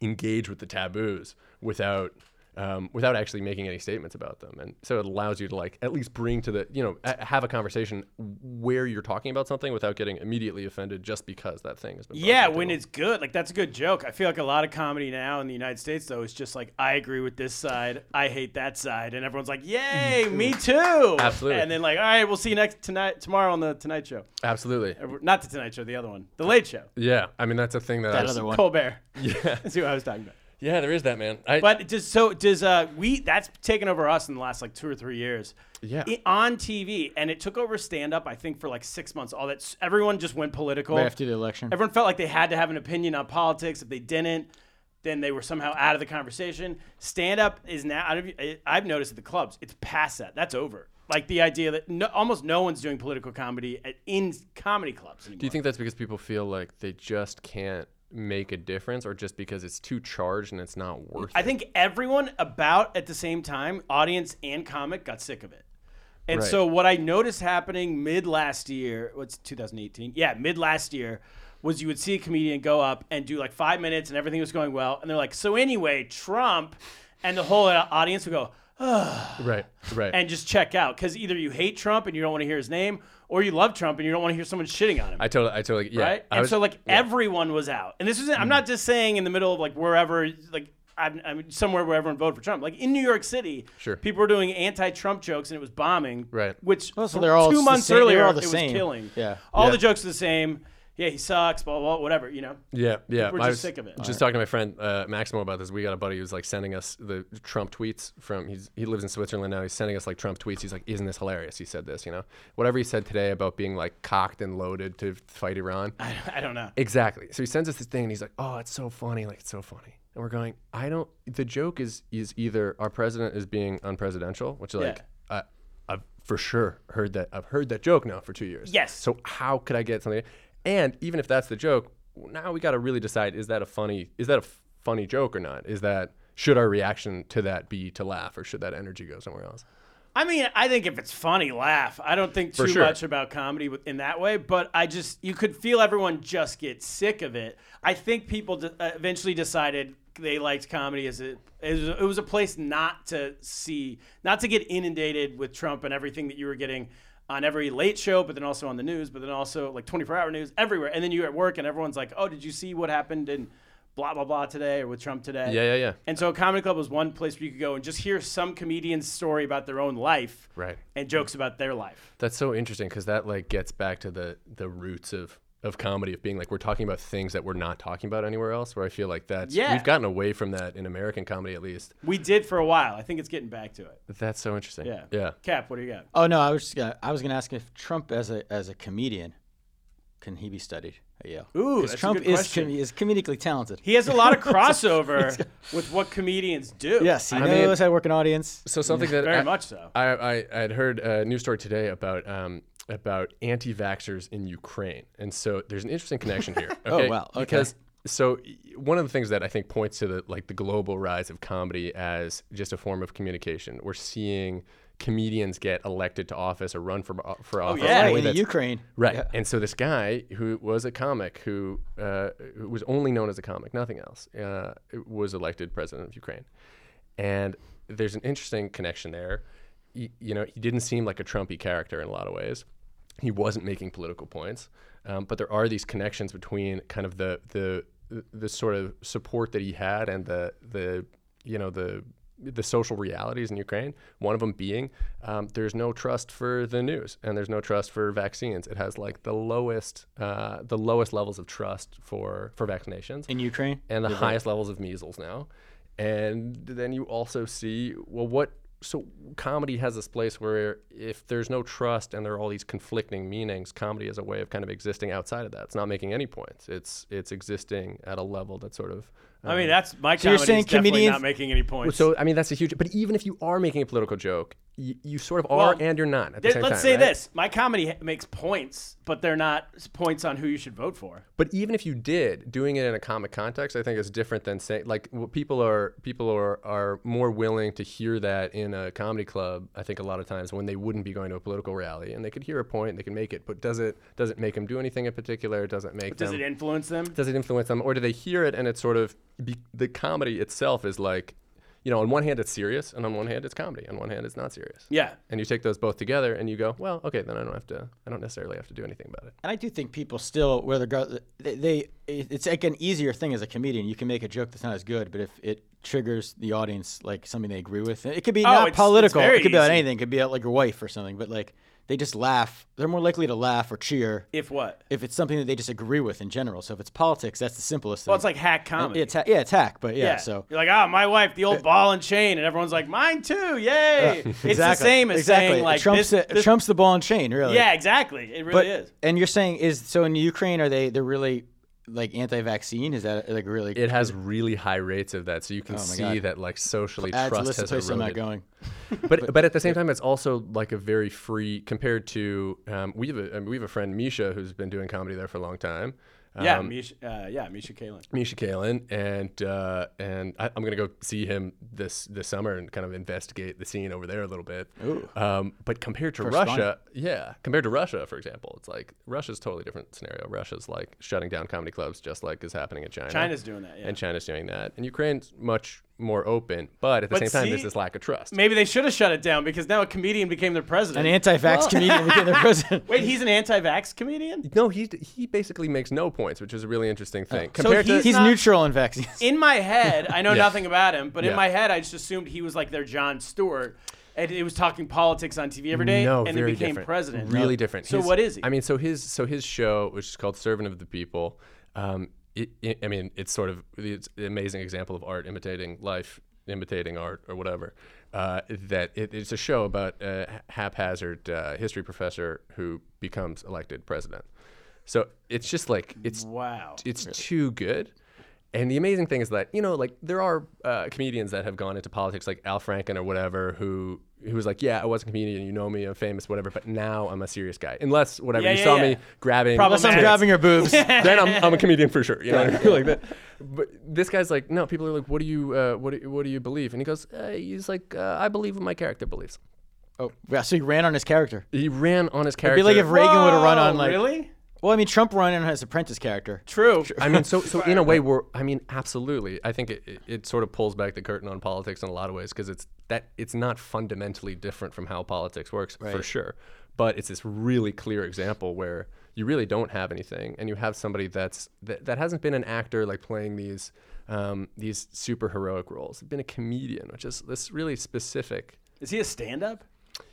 E: engage with the taboos without. Um, without actually making any statements about them, and so it allows you to like at least bring to the you know a- have a conversation where you're talking about something without getting immediately offended just because that thing has been brought
A: Yeah,
E: to the
A: when
E: table.
A: it's good, like that's a good joke. I feel like a lot of comedy now in the United States, though, is just like I agree with this side, I hate that side, and everyone's like, "Yay, me too!"
E: Absolutely.
A: And then like, "All right, we'll see you next tonight, tomorrow on the Tonight Show."
E: absolutely
A: Or, Not the Tonight Show, the other one, the Late Show.
E: yeah I mean that's a thing that I
B: That
E: was-
B: other one.
A: Colbert. Yeah, that's who I was talking about.
E: yeah there is that man I,
A: But does so does uh we that's taken over us in the last like two or three years.
E: Yeah.
A: I- on TV, and it took over stand up. I think for like six months. All that s- everyone just went political
B: Right after the election.
A: Everyone felt like they had to have an opinion on politics. If they didn't, then they were somehow out of the conversation. Stand up is now. I don't know if you- I- I've noticed at the clubs, it's past that. That's over. Like the idea that no, almost no one's doing political comedy at, in comedy clubs anymore.
E: Do you think that's because people feel like they just can't make a difference, or just because it's too charged and it's not worth
A: I
E: it?
A: think everyone about at the same time, audience and comic, got sick of it. And
E: Right.
A: so what I noticed happening mid last year, what's 2018? Yeah, mid last year was you would see a comedian go up and do like five minutes and everything was going well. And they're like, so anyway, Trump and the whole uh, audience would go,
E: Right, right.
A: and just check out. Cause either you hate Trump and you don't want to hear his name or you love Trump and you don't want to hear someone shitting on him
E: I totally, I totally, yeah.
A: right?
E: I
A: and
E: was-
A: so like
E: yeah. Mm-hmm.
A: everyone was out, and this was I'm not just saying in the middle of like wherever like I'm, I'm somewhere where everyone voted for Trump. Like in New York City,
E: Sure.
A: people were doing anti-Trump jokes and it was bombing,
E: Right.
A: Which
B: Well, so they're all
A: two
B: the
A: months
B: same- they're
A: earlier
B: all the
A: it was
B: same.
A: killing.
B: Yeah.
A: all
E: Yeah.
A: the jokes are the same. Yeah, he sucks. Blah blah. Whatever. You know.
E: yeah, yeah.
A: we're
E: I
A: just
E: was
A: sick of it.
E: Just talking to my friend uh, Maximo about this. We got a buddy who's like sending us the Trump tweets from. He's he lives in Switzerland now. He's sending us like Trump tweets. He's like, "Isn't this hilarious?" He said this, you know, whatever he said today about being like cocked and loaded to fight Iran.
A: I don't know.
E: Exactly. So he sends us this thing and he's like, "Oh, it's so funny. Like it's so funny." And we're going, "I don't the joke is is either our president is being unpresidential, which is like I I've for sure heard that I've heard that joke now for 2 years.
A: Yes.
E: So how could I get something? And even if that's the joke, now we got to really decide is that a funny is that a f- funny joke or not? Is that should our reaction to that be to laugh or should that energy go somewhere else?
A: I mean, I think if it's funny, laugh. I don't think too
E: sure.
A: much about comedy with- in that way, but I just you could feel everyone just get sick of it. I think people de- uh, eventually decided they liked comedy as it as it was a place not to see, not to get inundated with Trump and everything that you were getting on every late show, but then also on the news, but then also like 24 hour news everywhere. And then you're at work and everyone's like, "Oh, did you see what happened in blah blah blah today or with Trump today?"
E: Yeah, yeah, yeah.
A: And so a comedy club was one place where you could go and just hear some comedian's story about their own life
E: Right.
A: and jokes about their life.
E: That's so interesting because that like gets back to the the roots of of comedy of being like we're talking about things that we're not talking about anywhere else. Where I feel like that's
A: Yeah.
E: we've gotten away from that in American comedy at least.
A: We did for a while. I think it's getting back to it.
E: But that's so interesting.
A: Yeah.
E: yeah.
A: Cap, what do you got?
B: Oh no, I was just gonna, I was gonna ask if Trump as a as a comedian can he be studied at Yale?
A: Ooh,
B: 'Cause
A: that's a
B: Trump
A: good
B: is
A: question.
B: com- is comedically talented.
A: He has a lot of crossover with what comedians do.
B: yes, he
E: I mean-
B: knows how to work an audience.
E: So something that
A: very
E: I-
A: much so.
E: I, I I had heard a news story today about um about anti-vaxxers in Ukraine, and so there's an interesting connection here. Okay?
B: Oh, wow, okay.
E: Because so y- one of the things that I think points to the like the global rise of comedy as just a form of communication. We're seeing comedians get elected to office or run for uh,
B: Oh,
E: for office.
A: yeah.
E: in a
B: Right,
E: way
B: in the
E: that's-
B: Ukraine.
E: Right. And so this guy who was a comic who, uh, who was only known as a comic, nothing else, uh, was elected president of Ukraine. And there's an interesting connection there. He, you know, he didn't seem like a Trumpy character in a lot of ways. He wasn't making political points, um, but there are these connections between kind of the the the sort of support that he had and the the you know the the social realities in Ukraine. One of them being um, there's no trust for the news and there's no trust for vaccines. It has like the lowest uh, the lowest levels of trust for for vaccinations
B: In Ukraine.
A: Mm-hmm.
E: and the highest levels of measles now. And then you also see well what so comedy has this place where if there's no trust and there are all these conflicting meanings, comedy is a way of kind of existing outside of that. It's not making any points. It's it's existing at a level that sort of
A: I mean, that's my
B: you're
A: comedy's
B: saying
A: definitely
B: comedians-
A: not making any points.
E: so I mean that's a huge. But even if you are making a political joke, you, you sort of are
A: Well,
E: and you're not. At the
A: Th-
E: same
A: let's
E: time,
A: say
E: right?
A: this: my comedy ha- makes points, but they're not s- points on who you should vote for.
E: But even if you did, doing it in a comic context, I think is different than saying like well, people are people are are more willing to hear that in a comedy club. I think a lot of times when they wouldn't be going to a political rally and they could hear a point, they can make it. But does it does it make them do anything in particular? Does it make
A: Does
E: them?
A: it influence them?
E: does it influence them or do they hear it and it's sort of be, the comedy itself is like you know on one hand it's serious and on one hand it's comedy on one hand it's not serious
A: Yeah.
E: and you take those both together and you go well okay then i don't have to i don't necessarily have to do anything about it
B: And I do think people still, whether go- they, they, it's like an easier thing as a comedian. You can make a joke that's not as good, but if it triggers the audience, like something they agree with, it could be
A: Oh, it's-
B: not
A: it's
B: political.
A: very
B: it could be about
A: easy.
B: anything. It could be about like your wife or something. But like they just laugh. They're more likely to laugh or cheer
A: If what?
B: if it's something that they disagree with in general. So if it's politics, that's the simplest thing.
A: Well, it's like hack comedy.
B: yeah, it's ha- yeah, it's hack, but yeah,
A: Yeah.
B: so. Uh,
A: you're like, oh, my wife, the old ball and chain, and everyone's like, mine too, yay! It's the
B: Exactly.
A: same as
B: exactly.
A: saying like
B: it trumps,
A: this,
B: the,
A: this-
B: trumps the ball and chain, really.
A: yeah, exactly. It really
B: but
A: is.
B: and you're saying is so in Ukraine are they they're really like anti-vaccine? Is that like really?
E: it has really high rates of that so you can see
B: Oh God.
E: that like socially
B: I had to
E: trust
B: listen
E: has
B: to place I'm not
E: eroded
B: going.
E: but but at the same time, it's also like a very free compared to um, we have a I mean, we have a friend Misha who's been doing comedy there for a long time. Um,
A: Yeah, Misha, uh, yeah, Misha Kalin.
E: Misha Kalin, and uh, and I, I'm gonna go see him this this summer and kind of investigate the scene over there a little bit. Um, but compared to Russia, yeah, compared to Russia, for example, it's like Russia's a totally different scenario. Russia's like shutting down comedy clubs, just like is happening in China.
A: China's doing that, yeah.
E: and China's doing that, and Ukraine's much more open. But at the
A: But
E: same time, there's
A: see-
E: this lack of trust.
A: Maybe they should have shut it down because now a comedian became their president.
B: An anti-vax comedian became the president.
A: Wait, he's an anti-vax comedian?
E: No, he he basically makes no points, which is a really interesting thing.
A: Compared to-
B: he's,
A: not-
B: neutral in vaccines.
A: in my head, I know
E: Yeah.
A: nothing about him, but in
E: Yeah.
A: my head, I just assumed he was like their John Stewart, and he was talking politics on TV every day,
E: no,
A: and
E: very
A: he became
E: different.
A: president.
E: Really different.
A: So
E: His-
A: what is he?
E: I mean, so his so his show, which is called Servant of the People, um, it, it, I mean, it's sort of it's an amazing example of art imitating life, imitating art, or whatever. Uh, that it, it's a show about a haphazard uh, history professor who becomes elected president. So it's just like it's
A: wow.
E: it's too good. And the amazing thing is that you know, like there are uh, comedians that have gone into politics, like Al Franken or whatever, who who was like, yeah, I was a comedian, you know me, I'm famous, whatever, but now I'm a serious guy. Unless whatever
A: Yeah,
E: you
A: yeah,
E: saw
A: yeah.
E: me grabbing,
A: Problematic.
B: I'm
A: Matters.
B: grabbing her boobs.
E: then I'm, I'm a comedian for sure, you know, like that. But this guy's like, no, people are like, what do you uh, what do, what do you believe? And he goes, uh, he's like, uh, I believe what my character believes.
B: oh, yeah, so he ran on his character.
E: He ran on his
B: It'd be
E: character.
B: like if Reagan would have run on
A: Whoa,
B: like.
A: really
B: Well, I mean, Trump ran on his apprentice character.
A: true.
E: I mean, so so in a way, we're. I mean, absolutely. I think it, it, it sort of pulls back the curtain on politics in a lot of ways because it's that it's not fundamentally different from how politics works for sure, but it's this really clear example where you really don't have anything, and you have somebody that's that, that hasn't been an actor like playing these um, these super heroic roles. Been a comedian, which is this really specific.
A: Is he a stand-up?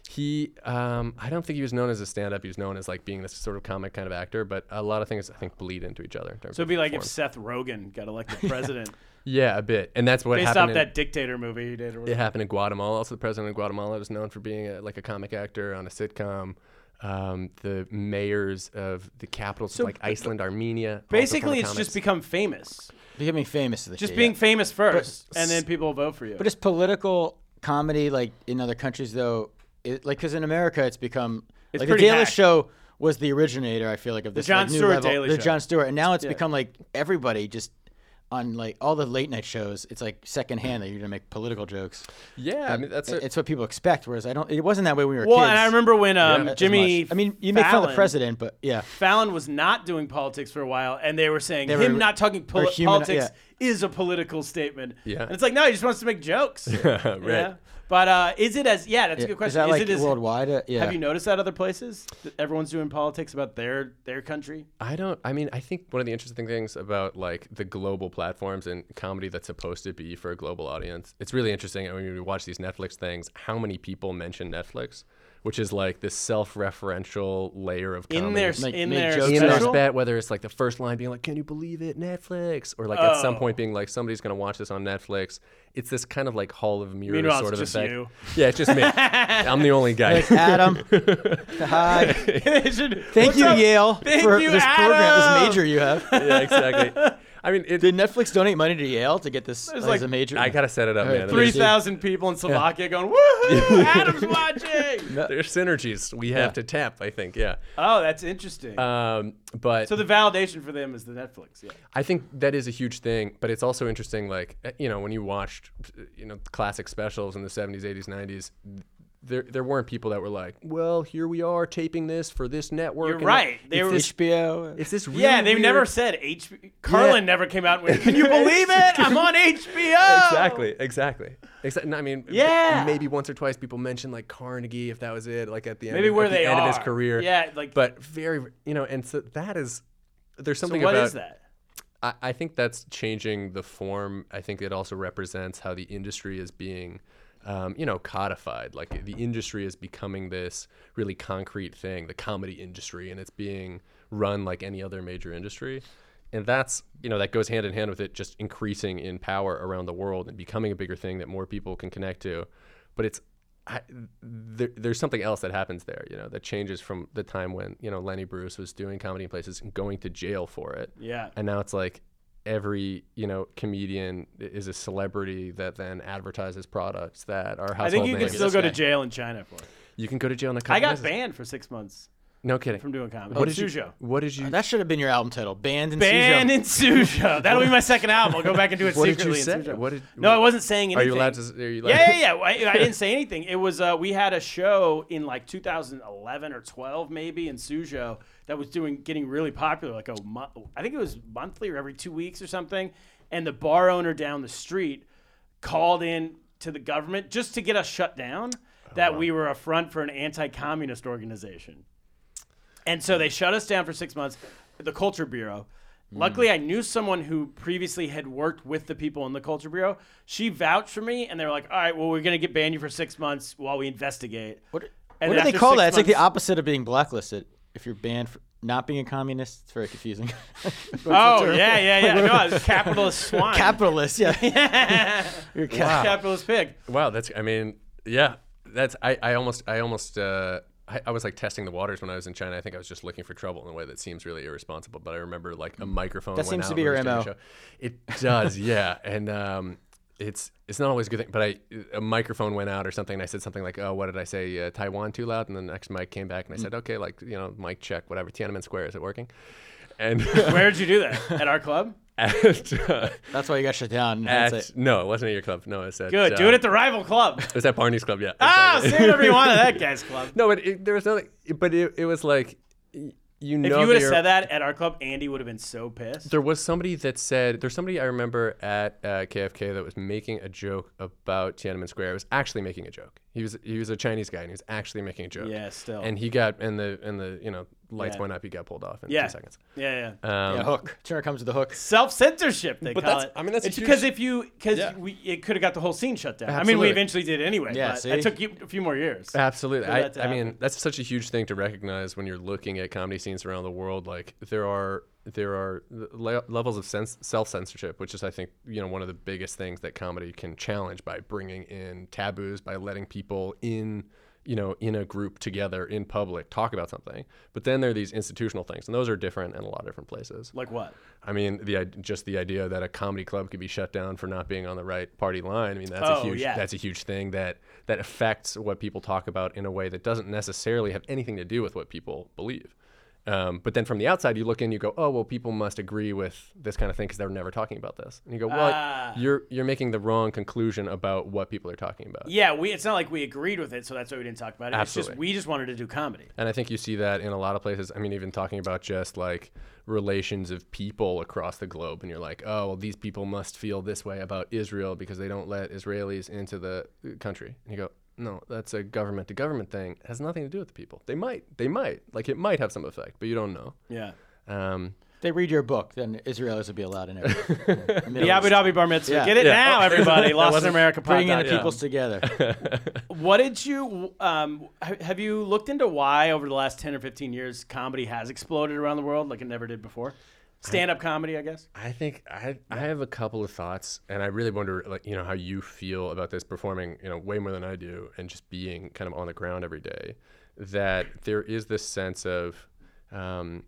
E: He, um, I don't think he was known as a stand-up. He was known as like being this sort of comic kind of actor, but a lot of things I think bleed into each other. in terms
A: So
E: of
A: it'd be like if
E: form.
A: Seth Rogen got elected president
E: Yeah, a bit, and that's what
A: based
E: happened.
A: off
E: in,
A: that dictator movie he did. Or
E: It
A: whatever.
E: happened in Guatemala. Also, the president of Guatemala was known for being a, like a comic actor on a sitcom. Um, the mayors of the capitals of like Iceland, Armenia. also
A: Basically,
E: former
A: it's just
E: comics.
A: become famous.
B: Becoming famous is the
A: Just
B: shit,
A: being
B: yeah.
A: famous first, and then people will vote for you.
B: But it's political comedy, like in other countries, though. It, like, because in America, it's become like the
A: pretty
B: Daily
A: hacked.
B: Show was the originator. I feel like of this
A: Jon
B: like, new
A: Stewart
B: level.
A: Daily
B: the
A: Show.
B: John Stewart, and now it's become like everybody just on like all the late night shows. It's like secondhand that you're gonna make political jokes.
E: yeah. I mean, that's it.
B: It's what people expect. Whereas I don't. It wasn't that way when we were
A: well,
B: kids.
A: and I remember when um,
B: as much.
A: Jimmy.
B: I mean, you make fun of the
A: Fallon-
B: president, but yeah.
A: Fallon was not doing politics for a while, and they were saying
B: They
A: him
B: were-
A: not talking
B: or
A: poli-
B: human-
A: politics is a political statement.
E: Yeah.
A: and it's like no, he just wants to make jokes. right. But uh, is it as yeah? That's a good question.
B: Is that like
A: it as
B: worldwide? Uh, yeah.
A: Have you noticed that other places that everyone's doing politics about their their country?
E: I don't. I mean, I think one of the interesting things about like the global platforms and comedy that's supposed to be for a global audience, it's really interesting. I mean, when you watch these Netflix things, how many people mention Netflix? which is like this self-referential layer of
A: in
E: comedy.
A: their
E: Like,
A: in
B: make
A: their
B: jokes
E: in
A: special?
E: this bet, whether it's like the first line being like, "Can you believe it, Netflix?" or like at some
A: Oh.
E: point being like, "Somebody's gonna watch this on Netflix." It's this kind of like Hall of Mirrors
A: Meanwhile,
E: sort
A: it's
E: of
A: just
E: effect.
A: you.
E: Yeah, it's just me. I'm the only guy.
B: Adam, hi.
A: They should-
B: Thank
A: What's
B: you,
A: up?
B: Yale,
A: Thank
B: for
A: you,
B: this program,
A: Adam.
B: this major you have.
E: yeah, exactly. I mean, it,
B: Did Netflix donate money to Yale to get this as
A: like-
B: a major?
E: I gotta set it up,
B: All right,
E: man.
B: three
E: There's,
B: thou-
A: 3,000 people in Slovakia going, woohoo, Adam's watching.
E: there's synergies we have to tap. I think, yeah.
A: Oh, that's interesting.
E: Um, but
A: so the validation for them is the Netflix. Yeah.
E: I think that is a huge thing, but it's also interesting. Like eh, you know, when you watched eh, you know classic specials in the '70s, '80s, '90s, there there weren't people that were like, "Well, here we are taping this for this network."
A: You're
E: and
A: right.
E: It's
A: They were-
E: this,
B: HBO.
E: it's this. Really
A: Yeah, they
E: weird-
A: never said HBO. Carlin never came out with, can you believe it? I'm on HBO.
E: Exactly, exactly. Except, and I mean, b-
A: Yeah.
E: Maybe once or twice people mentioned like Carnegie, if that was it, like at the end,
A: Maybe
E: of-
A: where
E: at the
A: they
E: end
A: are.
E: of his career.
A: Yeah, like,
E: but very, you know, and so that is there's
A: so
E: something
A: what
E: about
A: is that?
E: I, I think that's changing the form. I think it also represents how the industry is being, um, you know, codified. Like the industry is becoming this really concrete thing, the comedy industry, and it's being run like any other major industry. And that's, you know, that goes hand in hand with it just increasing in power around the world and becoming a bigger thing that more people can connect to. But it's, I, there, there's something else that happens there, you know, that changes from the time when, you know, Lenny Bruce was doing comedy in places and going to jail for it
A: Yeah.
E: and now it's like every you know comedian is a celebrity that then advertises products that are household
A: I think you can
E: names.
A: still go to jail in China for it.
E: you can go to jail in a couple
A: I got
E: places.
A: banned for six months
E: no kidding
A: from doing comedy.
E: what did you
A: Suzhou.
E: what did you
B: That should have been your album title, Banned in
A: Banned
B: Suzhou.
A: in Suzhou. That'll be my second album. I'll go back and do it
E: What did
A: secretly
E: you
A: in
E: say?
A: Suzhou.
E: What did-
A: no, I wasn't saying
E: are
A: anything.
E: you allowed to are you allowed
A: Yeah, yeah, yeah. I, I didn't say anything. It was uh, we had a show in like 2011 or 12 maybe in Suzhou that was doing getting really popular. Like a mo- I think it was monthly or every two weeks or something. And the bar owner down the street called in to the government just to get us shut down that we were a front for an anti-communist organization. And so they shut us down for six months, the Culture Bureau.
E: Mm.
A: Luckily, I knew someone who previously had worked with the people in the Culture Bureau. She vouched for me, and they were like, all right, well, we're going to get banned you for six months while we investigate. What,
B: What do they call that? It's like the opposite of being blacklisted. If you're banned for not being a communist, it's very confusing.
A: Oh, yeah, yeah, yeah. No, it's capitalist swine.
B: Capitalist, yeah. You're a cap-
A: Capitalist pig.
E: wow that's i mean yeah that's i, I almost i almost uh I, I was like testing the waters when I was in China. I think I was just looking for trouble in a way that seems really irresponsible. But I remember like a microphone.
B: That
E: went
B: seems to
E: out
B: be
E: when I
B: your
E: was doing a show. It does, yeah. And um, it's it's not always a good thing. But I a microphone went out or something, and I said something like, "Oh, what did I say? Uh, Taiwan too loud?" And the next mic came back, and
A: Mm.
E: I said, "Okay, like you know, mic check, whatever. Tiananmen Square, is it working?" And
A: Where did you do that? At our club?
E: at, uh,
B: That's why you got shut down. That's
E: at
B: it.
E: no, it wasn't at your club. No, it's at
A: Good.
E: uh,
A: Do it at the rival club.
E: it was at Barney's club. Yeah.
A: Ah,
E: exactly.
A: say whatever you want at that guy's club.
E: No, but it, there was nothing. But it, it was like y- you know.
A: If you would have
E: there-
A: said that at our club, Andy would have been so pissed.
E: there was somebody that said there's somebody I remember at uh, KFK that was making a joke about Tiananmen Square. He was actually making a joke. He was he was a Chinese guy and he was actually making a joke.
A: Yeah, still.
E: And he got and the and the you know lights
A: Yeah.
E: went up. He got pulled off in
A: Yeah.
E: two seconds.
A: Yeah, yeah.
E: Um,
B: Yeah, hook. Turner comes with the hook.
A: self censorship. They
E: But
A: call
E: that's-
A: it.
E: I mean, that's a
A: it's
E: huge-
A: because if you because
E: Yeah.
A: we it could have got the whole scene shut down. I mean, we
E: Absolutely.
A: eventually did anyway.
B: Yeah,
A: but
B: see?
A: it took you a few more years.
E: Absolutely.
A: for
E: I,
A: that to
E: I mean,
A: happen.
E: that's such a huge thing to recognize when you're looking at comedy scenes around the world. Like there are there are le- levels of sens- self censorship, which is I think you know one of the biggest things that comedy can challenge by bringing in taboos, by letting people in. You know, in a group together in public, talk about something. But then there are these institutional things, and those are different in a lot of different places.
A: Like what?
E: I mean, the id- just the idea that a comedy club could be shut down for not being on the right party line. I mean, that's
A: Oh,
E: a huge
A: yeah.
E: that's a huge thing that that affects what people talk about in a way that doesn't necessarily have anything to do with what people believe. Um, but then from the outside, you look in, you go, oh well, people must agree with this kind of thing because they're never talking about this. And you go, well,
A: Ah.
E: you're you're making the wrong conclusion about what people are talking about.
A: Yeah, we. It's not like we agreed with it, so that's why we didn't talk about it. It's just
E: Absolutely.
A: we just wanted to do comedy.
E: And I think you see that in a lot of places. I mean, even talking about just like relations of people across the globe, and you're like, oh, well, these people must feel this way about Israel because they don't let Israelis into the uh, country. And you go, no, that's a government to government thing. It has nothing to do with the people. They might, they might, like it might have some effect, but you don't know.
A: Yeah.
E: Um,
B: They read your book, then Israelis would be allowed in every.
A: The Abu Dhabi Bar Mitzvah.
B: Yeah.
A: Get it now, everybody. Lost in
D: wasn't-
A: America
B: Bringing
A: pod
B: the
A: doc.
B: peoples together.
A: What did you um, ha- have you looked into why over the last ten or fifteen years comedy has exploded around the world like it never did before? Stand up comedy, I guess.
E: I think I I have a couple of thoughts, and I really wonder, like you know, how you feel about this performing, you know, way more than I do, and just being kind of on the ground every day. That there is this sense of um,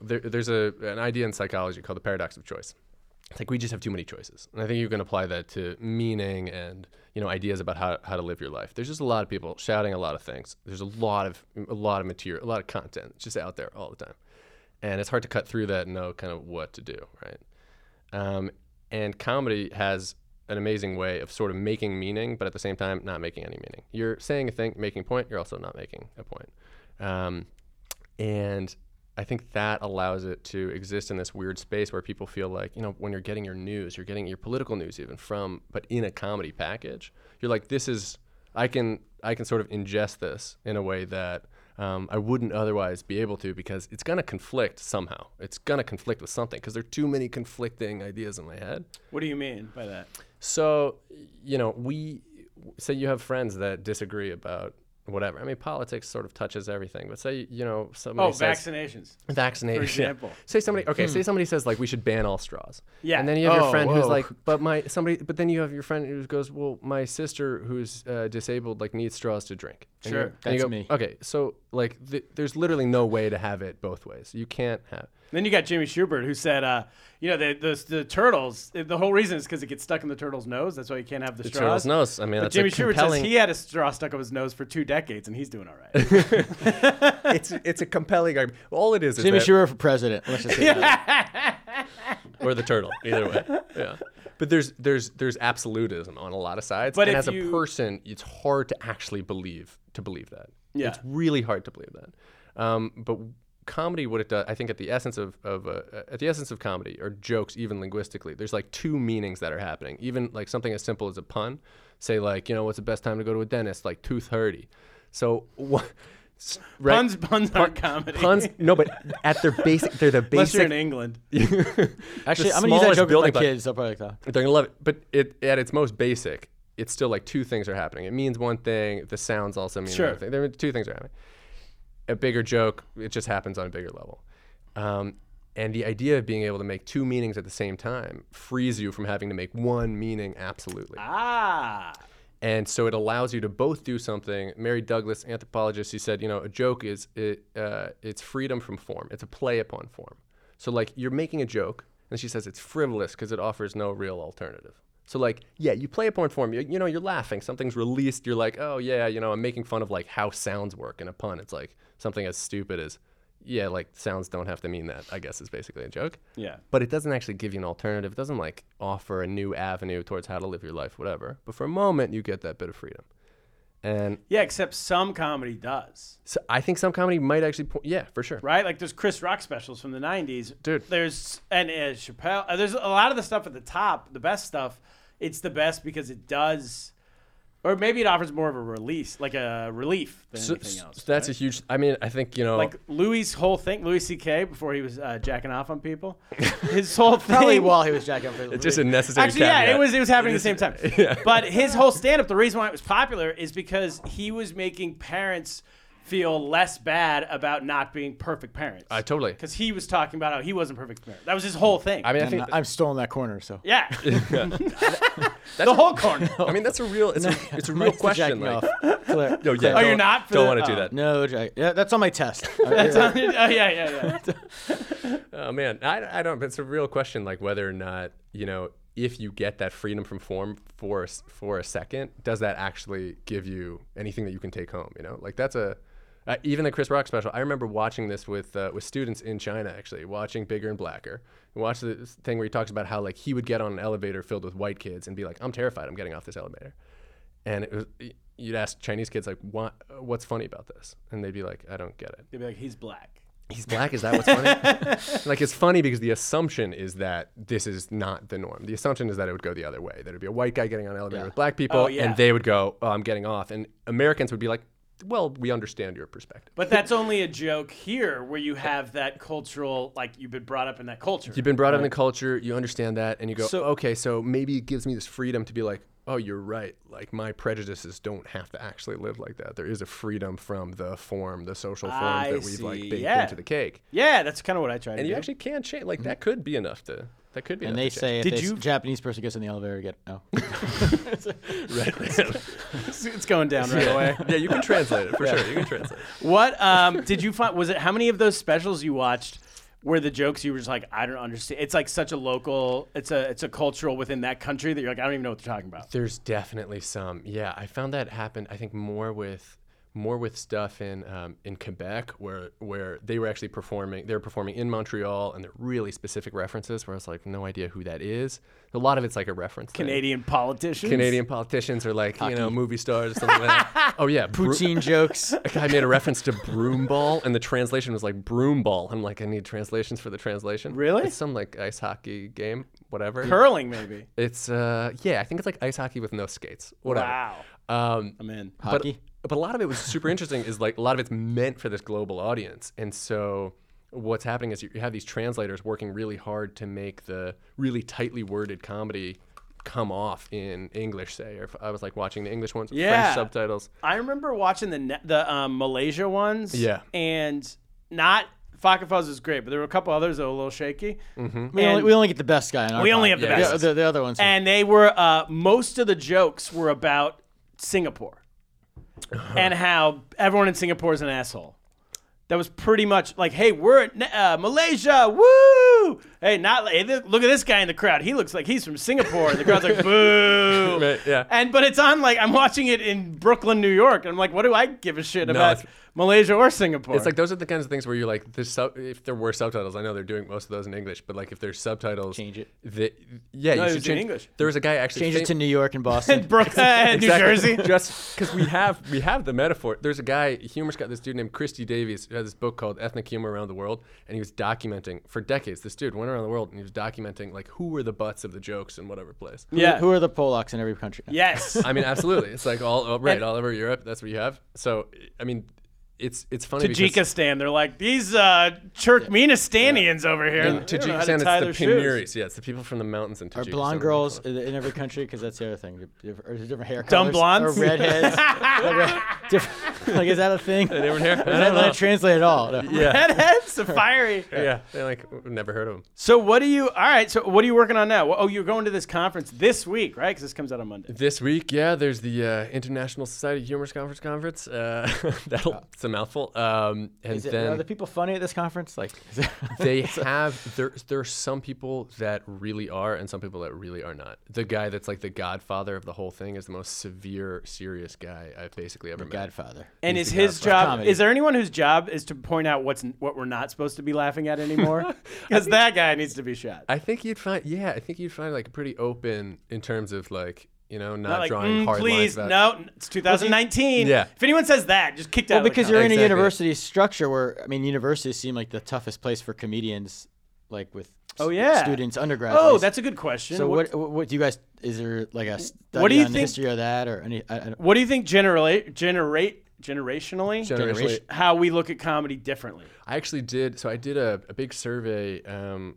E: there, there's a an idea in psychology called the paradox of choice. It's like we just have too many choices, and I think you can apply that to meaning and you know ideas about how, how to live your life. There's just a lot of people shouting a lot of things. There's a lot of a lot of material, a lot of content just out there all the time, and it's hard to cut through that and know kind of what to do, right? Um, and comedy has an amazing way of sort of making meaning, but at the same time, not making any meaning. You're saying a thing, making a point, you're also not making a point. Um, and I think that allows it to exist in this weird space where people feel like, you know, when you're getting your news, you're getting your political news even from, but in a comedy package, you're like, this is, I can, I can sort of ingest this in a way that um, I wouldn't otherwise be able to because it's gonna conflict somehow. It's gonna conflict with something because there are too many conflicting ideas in my head.
A: What do you mean by that?
E: So, you know, we say you have friends that disagree about whatever. I mean, politics sort of touches everything, but say, you know, somebody
A: Oh,
E: says,
A: vaccinations.
E: vaccination.
A: for example.
E: Say somebody okay, say somebody says like we should ban all straws.
A: Yeah.
E: And then you have
B: Hmm. Oh,
E: your friend who's
B: whoa.
E: like, but my somebody but then you have your friend who goes, Well, my sister who's uh, disabled like needs straws to drink. And you-
A: Sure.
E: and you
B: That's
E: go,
B: me.
E: Okay, so like th- there's literally no way to have it both ways. You can't have
A: Then you got Jimmy Schubert who said, uh, you know, the, the the turtles. The whole reason is because it gets stuck in the turtle's nose. That's why you can't have the,
E: the
A: straws.
E: turtle's nose. I mean,
A: But
E: that's
A: Jimmy
E: a
A: Schubert
E: compelling,
A: says he had a straw stuck up his nose for two decades and he's doing all right.
E: it's it's a compelling argument. All it is is
B: Jimmy
E: that-
B: Schumer for president. Let's just say that.
E: or the turtle, either way. Yeah. But there's there's there's absolutism on a lot of sides.
A: But
E: and
A: if
E: as
A: you-
E: a person, it's hard to actually believe to believe that.
A: Yeah.
E: It's really hard to believe that. Um, but comedy, what it does, I think, at the essence of of uh, at the essence of comedy or jokes, even linguistically, there's like two meanings that are happening. Even like something as simple as a pun, say like you know what's the best time to go to a dentist? Like tooth hurty. So what? s- right-
A: Puns, puns aren't comedy.
E: Puns, no, but at their basic, they're the
A: Unless you're
E: basic
A: in England.
B: Actually, I'm gonna use
E: The
B: that
E: smallest
B: joke with my
E: building, but-
B: kids. They'll probably like, "Oh,
E: They're gonna love it. But it at its most basic, it's still like two things are happening. It means one thing. The sounds also mean
A: Sure.
E: another thing. There are two things are happening. A bigger joke. It just happens on a bigger level. Um, and the idea of being able to make two meanings at the same time frees you from having to make one meaning absolutely.
A: Ah.
E: And so it allows you to both do something. Mary Douglas, anthropologist, she said, you know, a joke is it, uh, it's freedom from form. It's a play upon form. So like you're making a joke, and she says it's frivolous because it offers no real alternative. So like, yeah, you play upon form. You, you know, you're laughing. Something's released. You're like, oh yeah, you know, I'm making fun of like how sounds work in a pun. It's like something as stupid as, yeah, like sounds don't have to mean that. I guess is basically a joke
A: Yeah.
E: but it doesn't actually give you an alternative. It doesn't like offer a new avenue towards how to live your life, whatever. But for a moment, you get that bit of freedom. And
A: Yeah, except some comedy does.
E: so I think some comedy might actually, po- yeah, for sure.
A: right? Like there's Chris Rock specials from the '90s,
E: Dude.
A: There's and uh, Chappelle. uh, There's a lot of the stuff at the top, the best stuff. It's the best because it does, or maybe it offers more of a release, like a relief than
E: So,
A: anything else.
E: so that's a huge. I mean, I think you know,
A: like Louis' whole thing, Louis C.K. before he was uh, jacking off on people, his whole thing.
B: probably while he was jacking up." for-
E: it's just a necessary.
A: Actually, yeah, it
E: caveat.
A: was it was happening at the same time. But his whole stand up, the reason why it was popular is because he was making parents feel less bad about not being perfect parents.
E: I Uh, totally.
A: because he was talking about how he wasn't perfect parent. That was his whole thing.
E: I mean, I
B: I'm,
E: think
B: not- I'm still in that corner, so
A: yeah, the whole corner.
E: I mean that's a real. It's a, it's a real
B: Mike's jacking
E: question. Like,
B: off. Claire-
E: no, yeah,
B: Oh,
A: you're
E: don't-
A: not for
E: Don't
A: the-
E: want to
A: oh.
E: do that.
B: no, jack- yeah, that's on my test.
A: That's on it. Oh, yeah, yeah, yeah.
E: Oh man, I, I don't. It's a real question, like whether or not you know if you get that freedom from form for a s- for a second, does that actually give you anything that you can take home? You know, like that's a uh, even the Chris Rock special. I remember watching this with uh, with students in China actually, watching Bigger and Blacker. Watch the thing where he talks about how like he would get on an elevator filled with white kids and be like, "I'm terrified. I'm getting off this elevator." And it was y- you'd ask Chinese kids like, "What what's funny about this?" And they'd be like, "I don't get it."
A: They'd be like, he's black.
E: he's black. Is that what's funny? like, it's funny because the assumption is that this is not the norm. The assumption is that it would go the other way. That it'd be a white guy getting on an elevator with black people,
A: Oh, yeah.
E: and they would go, "Oh, I'm getting off," and Americans would be like, well, we understand your perspective.
A: But that's only a joke here where you have that cultural, like you've been brought up in that culture.
E: You've been brought up in the culture, you understand that, and you go,
B: So-
E: okay, so maybe it gives me this freedom to be like, oh, you're right. Like my prejudices don't have to actually live like that. There is a freedom from the form, the social forms
A: I
E: that we've like
A: see,
E: baked
A: yeah.
E: into the cake,
A: yeah, Mm-hmm. that's kind of what I tried
E: and
A: to
E: you
A: do.
E: actually can change. Like that could be enough to. That could be.
B: And
E: enough
B: they
E: to
B: say if
A: Did
B: this
A: you-
B: Japanese person gets in the elevator, get no.
A: It's, it's going down right away.
E: change. yeah, you can translate it for sure. You can translate. it.
A: What um, did you find? Was it how many of those specials you watched were the jokes you were just like, I don't understand? It's like such a local, it's a it's a cultural within that country that you're like, I don't even know what they're talking about.
E: There's definitely some. Yeah, I found that happened. I think more with more with stuff in um, in Quebec where where they were actually performing. They were performing in Montreal, and they're really specific references where I was like, no idea who that is. A lot of it's like a reference. thing.
A: Canadian politicians.
E: Canadian politicians or like you know movie stars or something like that. Oh yeah, bro-
B: Poutine jokes.
E: a guy made a reference to broom ball, and the translation was like broom ball. I'm like, I need translations for the translation.
A: Really?
E: It's some like ice hockey game, whatever.
A: Curling, maybe.
E: It's uh yeah, I think it's like ice hockey with no skates. Whatever.
A: Wow.
E: Um,
A: I'm in.
E: but,
B: Hockey.
E: but a lot of it was super interesting is like a lot of it's meant for this global audience and so what's happening is you you have these translators working really hard to make the really tightly worded comedy come off in english say or if i was like watching the english ones with
A: Yeah.
E: french subtitles
A: I remember watching the ne- the um, Malaysia ones.
E: Yeah.
A: And not Fakafuzz was great, but there were a couple others that were a little shaky.
B: We only,
A: And-
B: we only get the best guy. In our
A: We only
B: pod.
A: have the
B: Yeah,
A: best.
B: The, the other ones.
A: and they were uh, most of the jokes were about Singapore
E: Uh-huh.
A: and how everyone in Singapore is an asshole. That was pretty much like, hey, we're in uh, Malaysia, woo! Hey, not hey, th- look at this guy in the crowd. He looks like he's from Singapore, and the crowd's like, boo!
E: Right, yeah.
A: And but it's on like I'm watching it in Brooklyn, New York, and I'm like, what do I give a shit about
E: it's-
A: Malaysia or Singapore?
E: it's like those are the kinds of things where you're like there's sub- if there were subtitles i know they're doing most of those in english but like if there's subtitles
B: Change it.
E: the, yeah
A: No,
E: you
A: it was
E: should
A: in
E: change
A: English.
E: there was a guy actually
B: Change it
E: fam-
B: to New York and Boston.
A: Brooklyn,
E: Exactly.
A: New Jersey.
E: Just because we have we have the metaphor. There's a guy, humor's got this dude named Christy Davies who had this book called Ethnic Humor Around the World, and he was documenting for decades. This dude went around the world and he was documenting like who were the butts of the jokes in whatever place.
A: Yeah.
B: Who are the Polacks in every country?
A: yes.
E: I mean, absolutely. It's like all oh, right, all over Europe. That's what you have. So I mean, it's it's funny. because
A: Tajikistan. They're like these uh, Turkmenistanians over here.
E: In
A: They don't know how to
E: Tajikistan, it's
A: tie
E: the
A: their shoes.
E: Pinuris. Yeah, it's the people from the mountains in
B: Are
E: Tajikistan.
B: blonde girls in in every country? Because that's the other thing. Are there different hair
A: Dumb
B: colors?
A: blondes?
B: Or redheads? Or red- different- like, is that a thing? Does
E: Everyone here?
B: that not translate at all? No.
E: Yeah,
A: Redheads, the fiery.
E: yeah. They like we've never heard of them.
A: So what do you? All right. So what are you working on now? Oh, you're going to this conference this week, right? Because this comes out on Monday.
E: This week, yeah, there's the uh, International Society of Humorous Conference conference. Uh, that'll it's a mouthful. Um, and
B: Is it, are
E: then
B: the people funny at this conference? Like, is it-
E: they have there. There are some people that really are, and some people that really are not. The guy that's like the godfather of the whole thing is the most severe, serious guy I've basically ever met.
B: Godfather.
A: And
E: He's
A: is
E: the
A: his
E: godfather.
A: job?
B: Comedy.
A: Is there anyone whose job is to point out what's what we're not supposed to be laughing at anymore? Because that guy needs to be shot.
E: I think you'd find, yeah, I think you'd find like pretty open in terms of like you know not,
A: Not like,
E: drawing
A: "Mm,
E: hard lines.
A: please,
E: about-
A: no, n- it's 2019.
E: Yeah.
A: If anyone says that, just kicked
B: Well,
A: out. of the
B: because you're in a
E: Exactly.
B: university structure where, I mean, universities seem like the toughest place for comedians, like with
A: Oh,
B: s-
A: yeah.
B: students, undergrad. at
A: conference. Oh,
B: least.
A: that's a good question.
B: So what, what? What do you guys? Is there like a study
A: do you
B: on the
A: think-
B: history of that or any? I, I don't,
A: What do you think generally generate generationally
E: Generationally,
A: how we look at comedy differently?
E: I actually did. So I did a, a big survey um,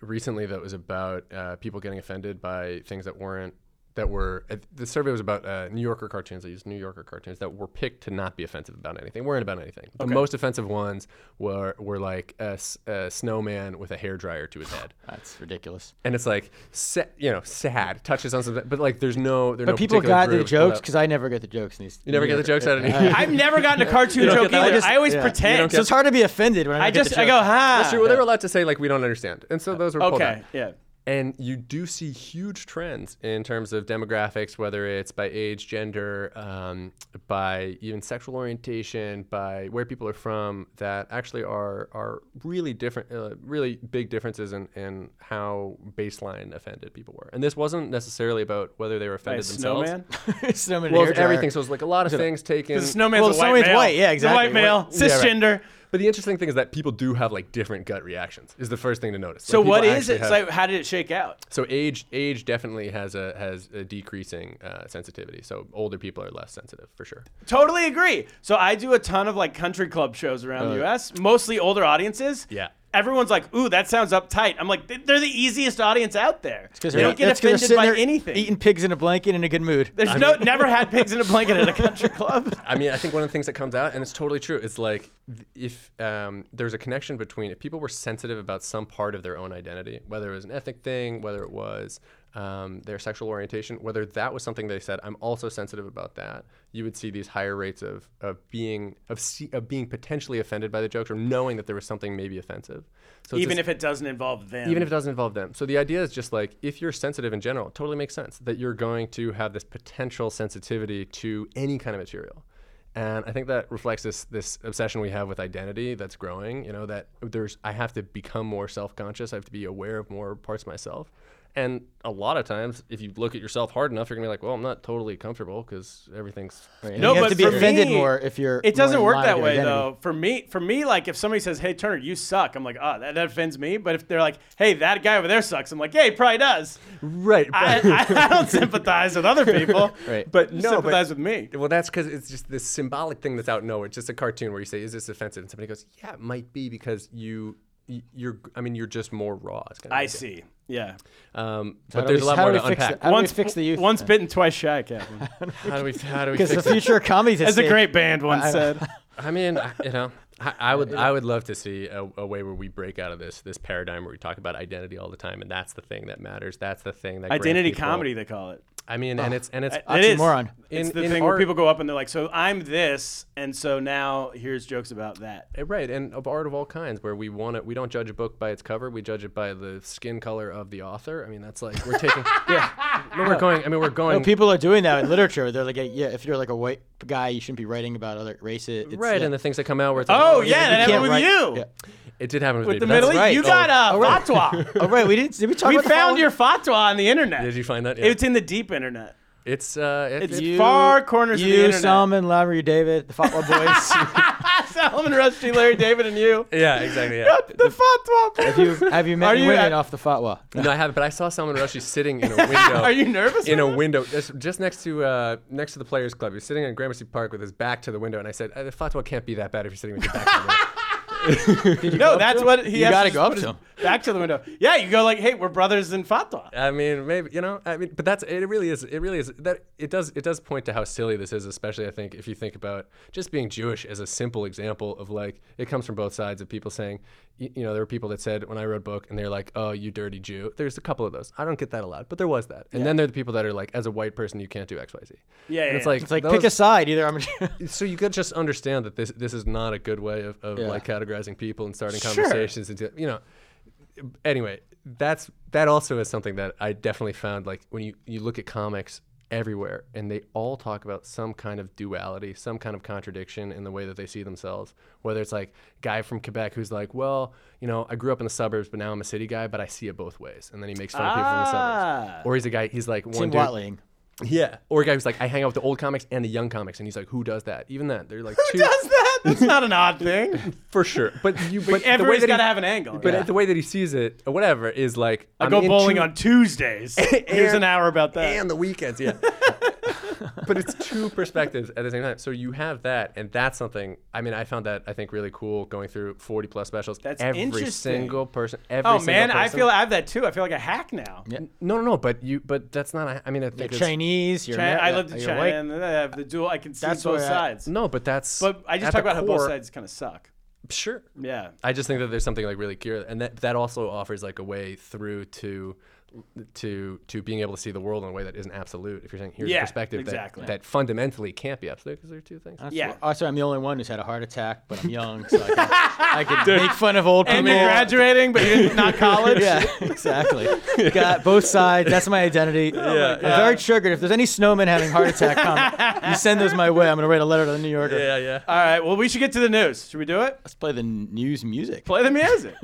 E: recently that was about uh, people getting offended by things that weren't that were. Uh, the survey was about uh, New Yorker cartoons. I used New Yorker cartoons that were picked to not be offensive about anything, weren't about anything. The most offensive ones were were like a, s- a snowman with a hairdryer to his head,
B: that's ridiculous.
E: and it's like sa- you know sad touches on something, but like there's no. There are
B: But
E: no
B: people
E: particular
B: got the
E: grooves pulled
B: jokes
E: out.
B: because I never get the jokes in these.
E: You never get the jokes out of it.
A: I've never gotten a cartoon joke
E: that
A: either. I,
E: one. I just-
A: always
B: yeah.
A: pretend.
B: So it's hard to be offended when I,
A: I
B: don't get the
A: just I
B: joke.
A: go ha.
E: Sure, well, they were allowed to say like we don't understand, and so those were pulled out.
A: okay, yeah.
E: And you do see huge trends in terms of demographics, whether it's by age, gender, um, by even sexual orientation, by where people are from, that actually are are really different, uh, really big differences in, in how baseline offended people were. And this wasn't necessarily about whether they were
A: By a
E: offended themselves.
A: snowman.
B: Snowman
E: Well,
B: hair
E: it's everything. So it was like a lot of things taken.
A: The snowman's
B: Well,
A: a
B: the
A: white
B: snowman's
A: male.
B: white, yeah,
A: The
B: exactly.
A: white male,
E: Yeah, right.
A: cisgender.
E: But the interesting thing is that people do have like different gut reactions. Is the first thing to notice.
A: So
E: Like, people
A: what is
E: actually
A: it?
E: have-
A: So how did it shake out?
E: so age age definitely has a has a decreasing uh, sensitivity. So older people are less sensitive for sure.
A: Totally agree. So I do a ton of like country club shows around
B: Uh.
A: the U.S., mostly older audiences.
E: Yeah.
A: Everyone's like, "Ooh, that sounds uptight." I'm like, "They- "They're the easiest audience out there. They
B: they're-
A: don't get
B: that's 'cause they're
A: offended
B: sitting
A: by
B: there
A: anything."
B: Eating pigs in a blanket in a good mood.
A: There's no never had pigs in a blanket at a country club.
E: I mean, I think one of the things that comes out, and it's totally true, is like th- if um, there's a connection between if people were sensitive about some part of their own identity, whether it was an ethnic thing, whether it was um, their sexual orientation, whether that was something they said, I'm also sensitive about that. You would see these higher rates of of being of, se- of being potentially offended by the jokes or knowing that there was something maybe offensive. So it's
A: even
E: this-
A: if it doesn't involve them.
E: even if it doesn't involve them. So the idea is just like if you're sensitive in general, it totally makes sense that you're going to have this potential sensitivity to any kind of material. And I think that reflects this this obsession we have with identity that's growing, you know, that there's I have to become more self-conscious, I have to be aware of more parts of myself. And a lot of times if you look at yourself hard enough, you're going to be like, "Well, I'm not totally comfortable cuz everything's
A: No,
B: you have
A: but
B: to be
A: for
B: offended
A: me,
B: more if you're.
A: It doesn't
B: more
A: work
B: in line
A: that
B: with
A: way
B: your identity.
A: though. For me, for me, like if somebody says, "Hey Turner, you suck," I'm like, "Oh, that, that offends me." But if they're like, "Hey, that guy over there sucks," I'm like, "Yeah, he probably does."
E: right."
A: I, I, I don't sympathize with other people,
B: Right.
A: but
E: No,
A: you
E: but-
A: sympathize with me.
E: Well, that's because it's just this symbolic thing that's out of nowhere. It's just a cartoon where you say, "Is this offensive?" And somebody goes, "Yeah, it might be because you, y- you're. I mean, you're just more raw." It's kind of
A: I
E: idea.
A: see. Yeah.
E: Um,
B: How
E: but
B: do
E: there's
B: we-
E: a lot
B: how
E: more
B: do we
E: to
B: fix
E: unpack.
B: it? How do we
A: Once-
B: fix the youth?
A: Once bitten, twice shy, Kevin.
E: How do we? How do we
B: because the
E: fix it?
B: future comedies.
A: As a great band once
B: I-
A: said.
E: I mean, I- you know, I, I would, I would love to see a, a way where we break out of this this paradigm where we talk about identity all the time, and that's the thing that matters. That's the thing that grants
A: Identity
E: people-
A: comedy, they call it.
E: I mean, and it's and it's
A: It is.
B: Oxymoron.
A: It's
E: In-
A: the
E: in
A: thing where
E: art-
A: people go up and they're like, "So I'm this," and so now here's jokes about that.
E: Uh, Right, and of art of all kinds, where we want to, we don't judge a book by its cover, we judge it by the skin color of the author. I mean, that's like we're taking, yeah, no, we're going. I mean, we're going.
B: No, people are doing that in literature. They're like, yeah, if you're like a white guy, you shouldn't be writing about other races. It's,
E: right,
B: yeah.
E: and the things that come out where it's like,
A: Oh yeah, that happened
B: can't
A: with
B: write-
A: you.
B: yeah.
E: it did happen with, me,
A: With the
E: but that's-
A: Middle East,
B: right.
A: you got a
B: Oh, right.
A: fatwa.
B: Oh right, we didn't. Did we talk?
A: we
B: about the
A: found
B: follow-
A: your fatwa on the internet.
E: Did you find that? Yeah.
A: It's in the deep internet.
E: it's uh, it-
A: It's
E: it-
B: You-
A: far corners of the
B: you,
A: internet.
B: Solomon, Larry, David, the Fatwa Boys.
A: Solomon Rushdie, Larry David, and you.
E: yeah, exactly. Yeah.
A: The fatwa.
B: have you have you met
A: Are
B: any
A: you
B: women
A: at-
B: off the Fatwa?
E: no, I haven't, but I saw Salman Rushdie sitting in a window.
A: Are you nervous?
E: in a
A: right now?
E: window just, just next to uh, next to the Players Club. He was sitting in Gramercy Park with his back to the window, and I said, uh, "The fatwa can't be that bad if you're sitting with your back to the window."
A: No, that's what he
B: You
A: has
B: gotta
A: to just
B: go up
A: put
B: to
A: his
B: him.
A: Back to the window. Yeah, you go like, hey, we're brothers in fatwa.
E: I mean, maybe you know. I mean, but that's it. Really is. It really is. That it does. It does point to how silly this is, especially I think if you think about just being Jewish as a simple example of like it comes from both sides of people saying, you, you know, there were people that said when I wrote book and they're like, oh, you dirty Jew. There's a couple of those. I don't get that a lot, but there was that. And then there are the people that are like, as a white person, you can't do X, Y, Z.
A: Yeah,
E: And
A: yeah,
E: it's
A: yeah.
E: like
B: It's like
E: those-
B: pick a side. Either I'm.
E: so you could just understand that this this is not a good way of, of
B: Yeah.
E: like categorizing people and starting
A: Sure.
E: conversations and you know anyway that's that also is something that i definitely found like when you you look at comics everywhere and they all talk about some kind of duality some kind of contradiction in the way that they see themselves whether it's like guy from quebec who's like well you know i grew up in the suburbs but now i'm a city guy but i see it both ways and then he makes fun of people from the
A: Ah.
E: suburbs or he's a guy he's like one
B: Tim
E: dude-
B: Watling.
E: yeah. Or a guy who's like, I hang out with the old comics and the young comics, and he's like, Who does that? Even that, they're like, two,
A: Does that? That's not an odd thing.
E: for sure. But you, but the way
A: Everybody's
E: that
A: got to
E: he,
A: have an angle.
E: but
A: yeah.
E: the way that he sees it, or whatever, is like,
A: I
E: I'm
A: go
E: in
A: bowling
E: two-
A: on Tuesdays. Here's an hour about that.
E: and the weekends, yeah. but it's two perspectives at the same time. So you have that, and that's something. I mean, I found that I think really cool going through 40 plus specials.
A: That's
E: every
A: interesting.
E: single person. Every
A: oh
E: single
A: man, I
E: person-
A: feel I have that too. I feel like a hack now.
E: no, no, no. But you, but that's not. a- I mean, I think it's-
B: Chinese. You're
A: Chi- um,
B: Amer-
A: I lived in
B: you're
A: China,
B: white.
A: and then I have the dual. I can see
B: That's
A: both
B: where I-
A: sides.
E: No, but that's.
A: but I just
E: at
A: talk
E: the
A: about how both
E: core-
A: sides kind of suck.
E: Sure.
A: Yeah.
E: I just think that there's something like really clear, and that that also offers like a way through to to to being able to see the world in a way that isn't absolute. If you're saying here's
A: Yeah,
E: a perspective
A: exactly.
E: that, that fundamentally can't be absolute, because there are two things.
A: Yeah.
B: Also, Oh, I'm the only one who's had a heart attack, but I'm young, so I can, I can make fun of old people.
A: And you're graduating, but you're not college.
B: Yeah, exactly. Got both sides. That's my identity. yeah, I'm very triggered. If there's any snowmen having heart attack comment, you send those my way. I'm gonna write a letter to the New Yorker.
E: yeah.
A: All right. Well, we should get to the news. Should we do it?
B: Let's play the news music.
A: Play the music.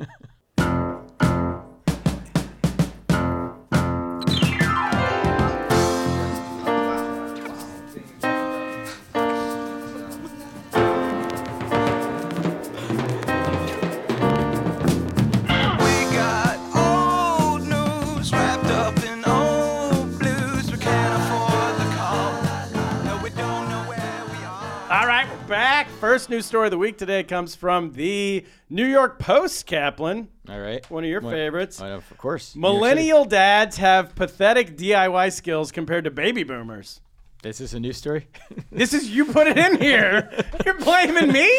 A: back. First news story of the week today comes from the New York Post, Kaplan.
B: All right.
A: One of your favorites.
B: I know, of course. New York City.
A: Millennial dads have pathetic DIY skills compared to baby boomers.
B: This is a news story.
A: This is you put it in here. You're blaming me.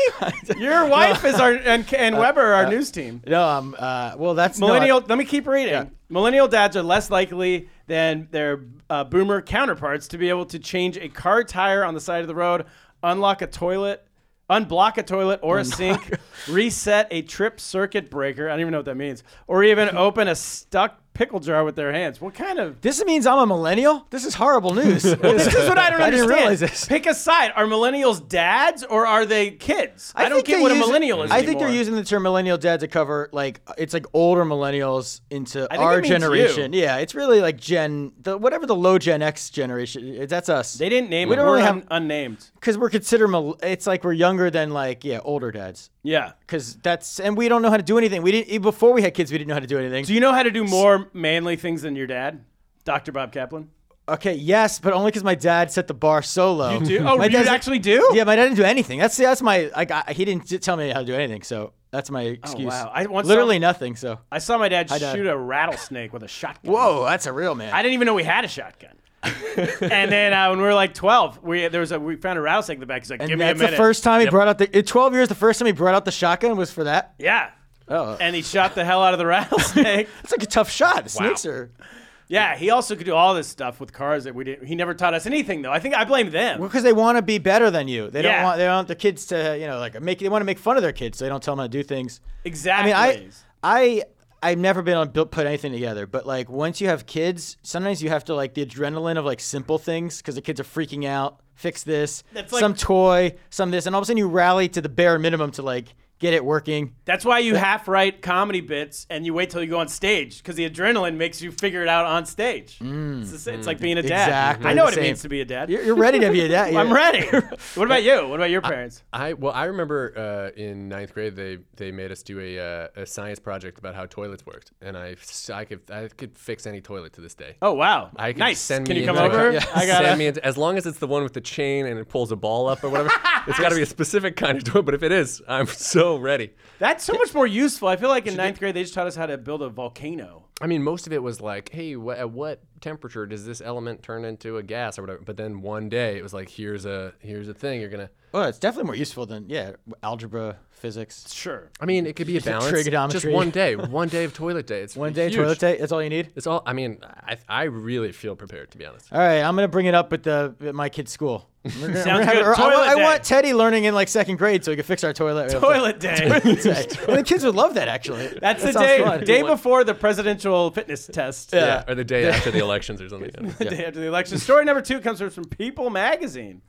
A: Your wife is our and,
B: Uh,
A: and Weber are our news team.
B: no, um, uh, well, that's no, I-
A: Millennial. let me keep reading. Millennial dads are less likely than their uh, boomer counterparts to be able to change a car tire on the side of the road, unlock a toilet, unblock a toilet or a sink, reset a trip circuit breaker. I don't even know what that means, or even open a stuck pickle jar with their hands. What kind of
B: this means I'm a millennial. This is horrible news. well,
A: this is what I don't
B: I
A: understand.
B: didn't realize this.
A: Pick a side. Are millennials dads or are they kids? I, don't
B: think
A: get
B: they
A: what a
B: use-
A: millennial is.
B: I think
A: anymore.
B: they're using the term millennial dad to cover like it's like older millennials into
A: think
B: our
A: it means you.
B: generation. Yeah, it's really like Gen the whatever the low Gen X generation. That's us.
A: They didn't name
B: We
A: it.
B: don't
A: We're
B: really have-
A: un- unnamed.
B: because we're considered mil- it's like we're younger than like yeah older dads
A: Yeah.
B: because that's and we don't know how to do anything. We didn't e- before we had kids. We didn't know how to do anything.
A: Do you know how to do more manly things than your dad, Dr. Bob Kaplan?
B: okay, yes, but only because my dad set the bar so low.
A: You do? Oh,
B: my
A: you
B: dad's-
A: actually do?
B: Yeah, my dad didn't do anything. That's that's my like I, he didn't t- tell me how to do anything. So that's my excuse.
A: Oh, wow. I once
B: literally
A: saw-
B: nothing. So
A: I saw my dad
B: Dad.
A: shoot a rattlesnake with a shotgun.
B: whoa, that's a real man.
A: I didn't even know we had a shotgun. and then uh, when we were like 12, we there was a we found a rattlesnake in the back. He's like,
B: and
A: give me a
B: that's
A: minute.
B: the first time he brought out the in 12 years. The first time he brought out the shotgun was for that.
A: yeah.
B: Oh,
A: And he shot the hell out of the rattlesnake.
B: that's like a tough shot. Snakes are
A: yeah, he also could do all this stuff with cars that we didn't. He never taught us anything though. I think I blame them.
B: because they want to be better than you. They
A: Yeah.
B: don't want they don't want the kids to you know like make they want to make fun of their kids. So they don't tell them how to do things. I
A: Exactly.
B: mean, I, I, I've never been on built put anything together, but like once you have kids, sometimes you have to like the adrenaline of like simple things because the kids are freaking out. Fix this,
A: That's like-
B: some toy, some this, and all of a sudden you rally to the bare minimum to like get it working.
A: That's why you half write comedy bits and you wait till you go on stage because the adrenaline makes you figure it out on stage. It's, the sa- it's like being a dad.
B: Exactly
A: I know
B: the
A: what it
B: same.
A: means to be a dad.
B: You're, you're ready to be a dad.
A: I'm
B: You're-
A: ready. what about you? What about your parents?
E: I well, I remember uh, in ninth grade they they made us do a, uh, a science project about how toilets worked, and I I could I could fix any toilet to this day.
A: oh wow,
E: I could
A: nice.
E: Send
A: Can
E: me
A: you come
E: into a-
A: over?
E: yeah,
A: I got
E: send
A: to
E: me into- as long as it's the one with the chain and it pulls a ball up or whatever. it's got to be a specific kind of toilet. But if it is, I'm so ready.
A: That's so much more useful. I feel like in ninth grade they just taught us how to build a volcano.
E: I mean, most of it was like, hey, wh- at what temperature does this element turn into a gas or whatever? But then one day it was like, here's a here's a thing. You're gonna.
B: Well, Oh, it's definitely more useful than yeah, algebra, physics.
A: Sure.
E: I mean, it could be a balance. Just
B: trigonometry.
E: one day, one day of toilet day. It's
B: One day
E: huge.
B: toilet day. That's all you need.
E: It's all. I mean, I I really feel prepared to be honest.
B: All right, I'm gonna bring it up at the at my kid's school. We're
A: Sounds
B: gonna- we're gonna have
A: good.
B: it- or I,
A: Toilet
B: want, I
A: day.
B: want Teddy learning in like second grade so he can fix our toilet.
A: Toilet day.
B: day. And the kids would love that actually.
A: That's the
B: That sounds
A: day
B: fun.
A: day before the presidential fitness test.
E: Yeah. Or the day after the elections or something. yeah.
A: the day after the election. Story number two comes from from People Magazine.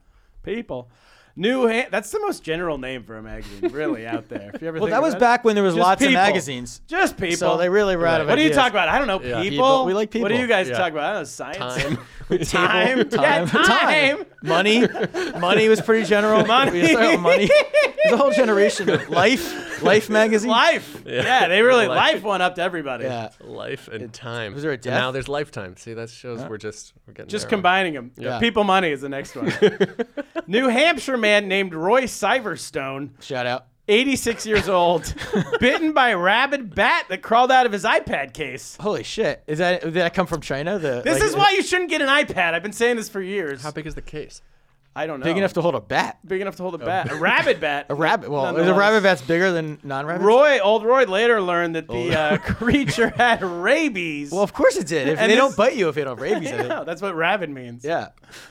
A: People. New Ha- that's the most general name for a magazine really out there. If you ever
B: Well,
A: think
B: that
A: about
B: was
A: it.
B: back when there was
A: Just
B: lots
A: people.
B: of magazines.
A: Just people.
B: So they really were out of
A: What do you
B: ideas.
A: talk about? I don't know.
E: Yeah.
A: People?
B: People. We like
A: What do
B: people.
A: you guys
E: Yeah.
A: talk about? I don't know. Science.
E: Time.
A: Time. Yeah, time.
B: Money. Money was pretty general.
A: Money.
B: We just talked about money. There's a whole generation of life. Life magazine.
A: Life. Yeah. they really
E: Life.
A: life one up to everybody.
B: Yeah.
E: Life and time.
B: was there a
E: And now
B: death?
E: there's lifetime. See, that shows we're just we're getting
A: Just
E: there.
A: combining them.
B: Yeah.
A: People money is the next one. New Hampshire man named Roy Cyverstone
B: Shout out.
A: 86 years old, bitten by a rabid bat that crawled out of his iPad case.
B: Holy shit! Is that did that come from China? The
A: This
B: like,
A: is why you shouldn't get an iPad. I've been saying this for years.
E: How big is the case?
A: I don't know.
B: big enough to hold a bat.
A: big enough to hold a bat. A rabbit bat.
B: A rabbit. Well, is a
A: Nonetheless.
B: rabbit bat's bigger than non-rabbit?
A: Roy, old Roy later learned that the uh, creature had rabies.
B: Well, of course it did. If
A: And
B: they
A: this-
B: don't bite you if you don't have rabies. I think.
A: yeah, that's what rabid means.
B: Yeah.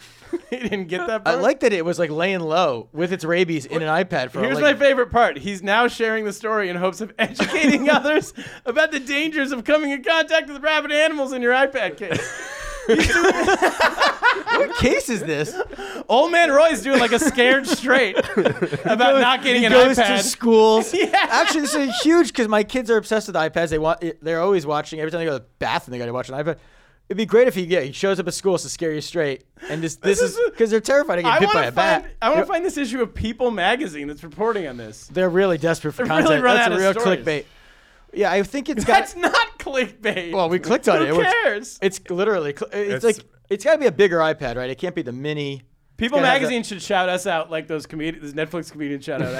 A: He didn't get that
B: I
A: part.
B: like that it was like laying low with its rabies in an iPad for
A: Here's my
B: like,
A: favorite part. He's now sharing the story in hopes of educating others about the dangers of coming in contact with rabid animals in your iPad case.
B: what case is this?
A: Old man Roy's doing like a scared straight about not getting
B: he
A: an
B: goes
A: iPad.
B: to schools.
A: Yeah.
B: Actually, this is huge because my kids are obsessed with iPads. They want, they're always watching. Every time they go to the bathroom, they got to watch an iPad. It'd be great if he, yeah, he shows up at school to scare you straight, and just this,
A: This
B: is
A: is-
B: because they're terrified of getting
A: I
B: bit
A: want
B: by
A: to
B: a bat.
A: find. I want to
B: Yep.
A: find this issue of People Magazine that's reporting on this.
B: They're really desperate for
A: They really
B: content.
A: run
B: That's
A: out
B: a
A: of
B: real
A: stories.
B: clickbait. Yeah, I think it's got.
A: That's not clickbait.
B: well, we clicked on
A: Who
B: it. It was-
A: cares?
B: It's literally. cl- It's,
E: It's-
B: like it's got to be a bigger iPad, right? It can't be the mini.
A: People
B: gotta have
A: Magazine should shout us out like those comedians, those Netflix comedians shout out.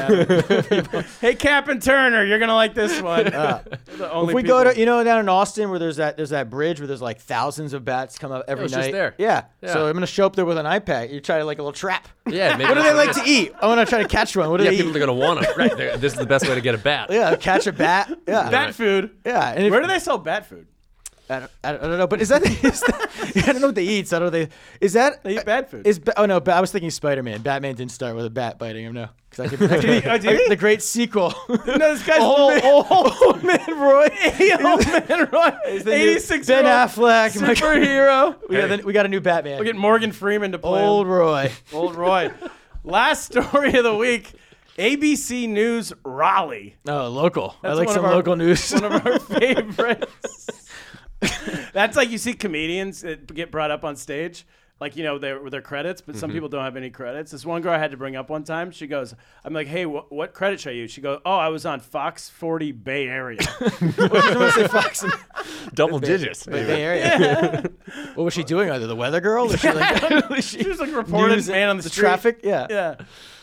A: Adam. hey, Captain Turner, you're gonna like this one. They're the only
B: Uh, If we go to
A: people.
B: you know down in Austin where there's that there's that bridge where there's like thousands of bats come up every
E: was
B: night.
E: Oh, just there.
B: Yeah.
E: Yeah.
B: So I'm gonna show up there with an iPad. You try to like a little trap.
E: Yeah, maybe
B: What do
E: that's
B: they like to eat? I want to try to catch one. What do
E: Yeah,
B: they
E: people
B: eat?
E: are gonna want them. Right, they're- this is the best way to get a bat.
B: yeah, catch a bat. Yeah.
A: bat food.
B: Yeah. And if,
A: Where do they sell bat food?
B: I don't, I don't I don't know. But is that? Is that I don't know what they eat. So I don't know. They is that
A: They eat bat food.
B: Is ba- oh no, ba- I was thinking Spider Man. Batman didn't start with a bat biting him. No, because I could. I could-
A: oh, did he?
B: the great sequel.
A: no, this guy's
B: old,
A: old,
B: old, old man Roy.
A: old man Roy,
B: The new
A: 86
B: Ben
A: year old
B: Affleck. Michael-
A: superhero.
B: We, got the, we got a new Batman.
A: We'll get Morgan Freeman to play him.
B: old Roy.
A: old Roy. Last story of the week. ABC News Raleigh.
B: No, Oh, local. I
A: That's
B: like
A: one of
B: some
A: our-
B: local news.
A: one of our favorites. That's like you see comedians that get brought up on stage, like you know their with their credits, but
B: Mm-hmm.
A: some people don't have any credits. This one girl I had to bring up one time. She goes, "I'm like, hey, wh- what credit show you?" She goes, "Oh, I was on Fox 40 Bay Area."
E: Double digits.
B: Bay Area. what was she doing? Either the weather girl? Was she like
A: she was like reporting
B: News-
A: man on the,
B: the
A: street.
B: traffic? Yeah.
A: Yeah.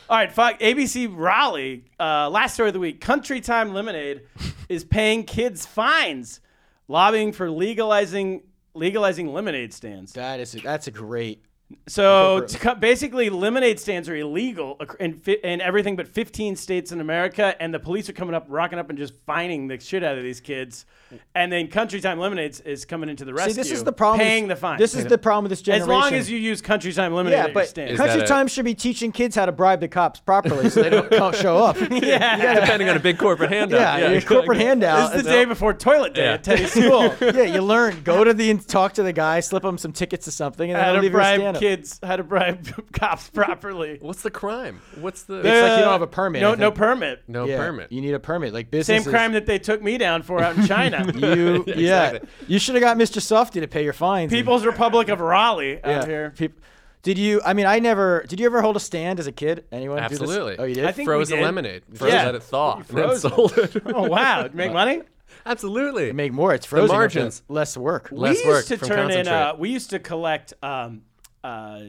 A: All right, fuck. ABC Raleigh. Uh, last story of the week. Country Time Lemonade is paying kids fines, lobbying for legalizing legalizing lemonade stands.
B: That is. That's a great.
A: So to co- basically, lemonade stands are illegal ac- in, fi- in everything but 15 states in America, and the police are coming up, rocking up, and just fining the shit out of these kids. And then Country Time Lemonades is coming into the rescue.
B: See, this is the problem.
A: Paying
B: with,
A: the fine.
B: This is the problem with this
A: as
B: generation.
A: long as you use Country Time Lemonade
B: Yeah,
A: at your
B: but
A: stand.
E: Is
B: Country
E: that a-
B: Time should be teaching kids how to bribe the cops properly so they don't co- show up. Yeah,
E: Depending on a big corporate handout.
B: yeah, your corporate handout.
A: This is the day before toilet day at Teddy's school.
B: yeah, you learn. Go to the and talk to the guy, slip him some tickets to something, and
A: how
B: then
A: to
B: leave your
A: bribe
B: stand up.
A: kids, how to bribe cops properly.
E: What's the crime? What's the
B: It's like you don't have a permit.
A: No,
B: I
A: no
B: think.
A: permit.
E: no
B: Yeah,
E: permit?
B: You need a permit, like
A: Same
B: business.
A: crime that they took me down for out in China.
B: You, yeah,
E: exactly.
B: you should have got Mr. Softy to pay your fines. and-
A: People's Republic of Raleigh
B: yeah,
A: out here.
B: peop- did you? I mean, I never. Did you ever hold a stand as a kid? Anyone? do this?
E: Absolutely.
B: Oh, you did.
A: I think we
E: frozen
A: did.
E: lemonade. Froze
A: Yeah.
E: let it thaw. And then
A: Frozen.
E: sold it.
A: Oh wow, Did you make money.
E: Absolutely.
B: make more. It's frozen. up to
E: margins.
B: Less work.
E: Less
A: we
E: work
A: used to
E: from
A: turn in. Uh,
E: concentrate.
A: we used to collect um, uh,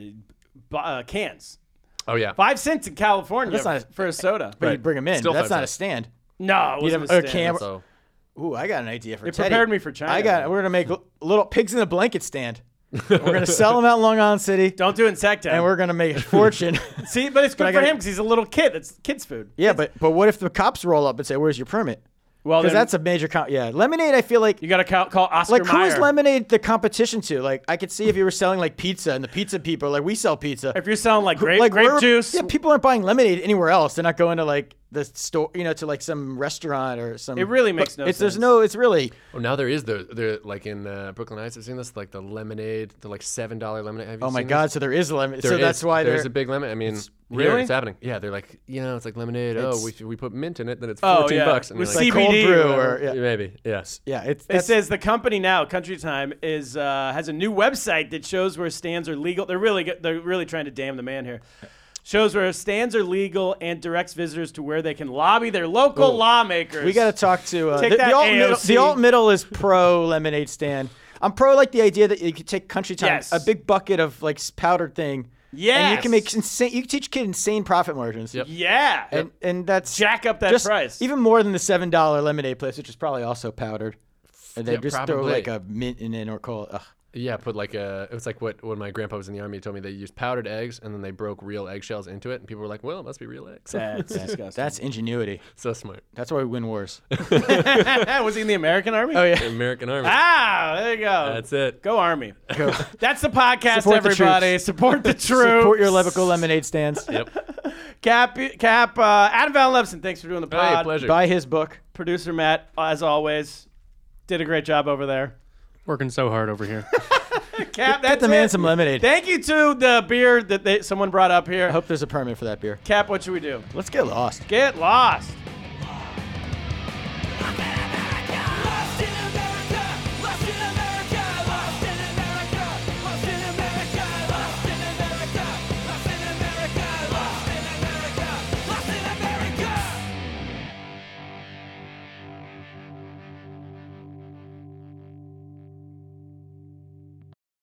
A: bu- uh, cans,
E: oh yeah.
A: five cents in California
B: That's not-
A: for a soda.
B: But you bring them in.
E: Still
B: That's
E: five
B: not a
E: cents.
B: stand.
A: no, it
B: You'd
A: wasn't
B: have a
A: stand.
B: can-
E: So
B: Ooh, I got an idea for.
A: They
B: Teddy.
A: prepared me for China.
B: I got. We're gonna make l- little pigs in a blanket stand. We're gonna sell them out in Long Island City,
A: Don't do insect
B: and we're gonna make a fortune.
A: See, but it's good
B: I
A: for
B: gotta-
A: him because he's a little kid. It's kids' food.
B: yeah, but but what if the cops roll up and say, "Where's your permit?"
A: Well,
B: Because
A: Oh, then
B: that's a major. Com- yeah, lemonade. I feel like.
A: you got to call, call Oscar
B: like who
A: Mayer.
B: is lemonade the competition to? Like I could see if you were selling like pizza and the pizza people are like we sell pizza.
A: If you're selling like grape,
B: like
A: grape
B: we're-
A: juice,
B: Yeah, people aren't buying lemonade anywhere else. They're not going to like the store, you know, to like some restaurant or some.
A: It really
B: but
A: makes no
B: it's, There's
A: sense.
B: no. It's really.
E: oh, now there is the there like in uh, Brooklyn Heights. I've seen this like the lemonade, the like seven dollar lemonade. Have you
B: Oh my
E: seen
B: God!
E: This?
B: So there is lemon.
E: There
B: so
E: is-
B: that's why
E: there's
B: they're-
E: a big lemon. I mean, really,
A: Really?
E: it's happening. Yeah, they're like you know, it's like lemonade. oh, we, we put mint in it, then it's
A: Oh,
E: fourteen
A: yeah.
E: bucks. And
A: With
E: you're
A: CBD.
E: like,
B: cold brew or
A: whatever.
B: yeah,
E: maybe yes.
B: yeah. It's
A: It
B: that's,
A: says the company now, Country Time, is uh, has a new website that shows where stands are legal. They're really go- they're really trying to damn the man here. Shows where stands are legal and directs visitors to where they can lobby their local lawmakers.
B: we got to talk to uh,
A: Take
B: the,
A: that,
B: the alt middle.
A: AOC.
B: The alt middle is pro lemonade stand. I'm pro like the idea that you could take country time,
A: Yes.
B: a big bucket of like s- powdered thing, and you
A: Yes.
B: can make insane. You can teach kid insane profit margins.
E: Yep.
A: yeah,
B: and and that's
A: jack up that
B: just
A: price.
B: even more than the seven dollar lemonade place, which is probably also powdered. And they
E: Yeah,
B: just throw
E: probably.
B: like a mint in it or cola. Ugh.
E: Yeah, put like a. It was like what when my grandpa was in the army. He told me they used powdered eggs and then they broke real eggshells into it, and people were like, "Well, it must be real eggs."
A: that's disgusting.
B: That's ingenuity.
E: so smart.
B: That's why we win wars.
A: was he in the American Army?
B: Oh, yeah.
E: The American army.
A: Ah, there you go.
E: That's it.
A: Go Army. That's the podcast,
B: Support the
A: everybody. Support the troops.
B: Support your Levico lemonade stands.
E: Yep.
A: Cap, Cap, uh, Adam Van Levson, thanks for doing the pod.
E: Hey, pleasure.
B: Buy his book.
A: Producer Matt, as always, did a great job over there.
D: Working so hard over here.
A: Cap,
B: Get
A: that's
B: the man
A: it.
B: some lemonade.
A: Thank you to the beer that they, someone brought up here.
B: I hope there's a permit for that beer.
A: Cap, what should we do?
B: Let's get lost.
A: Get lost.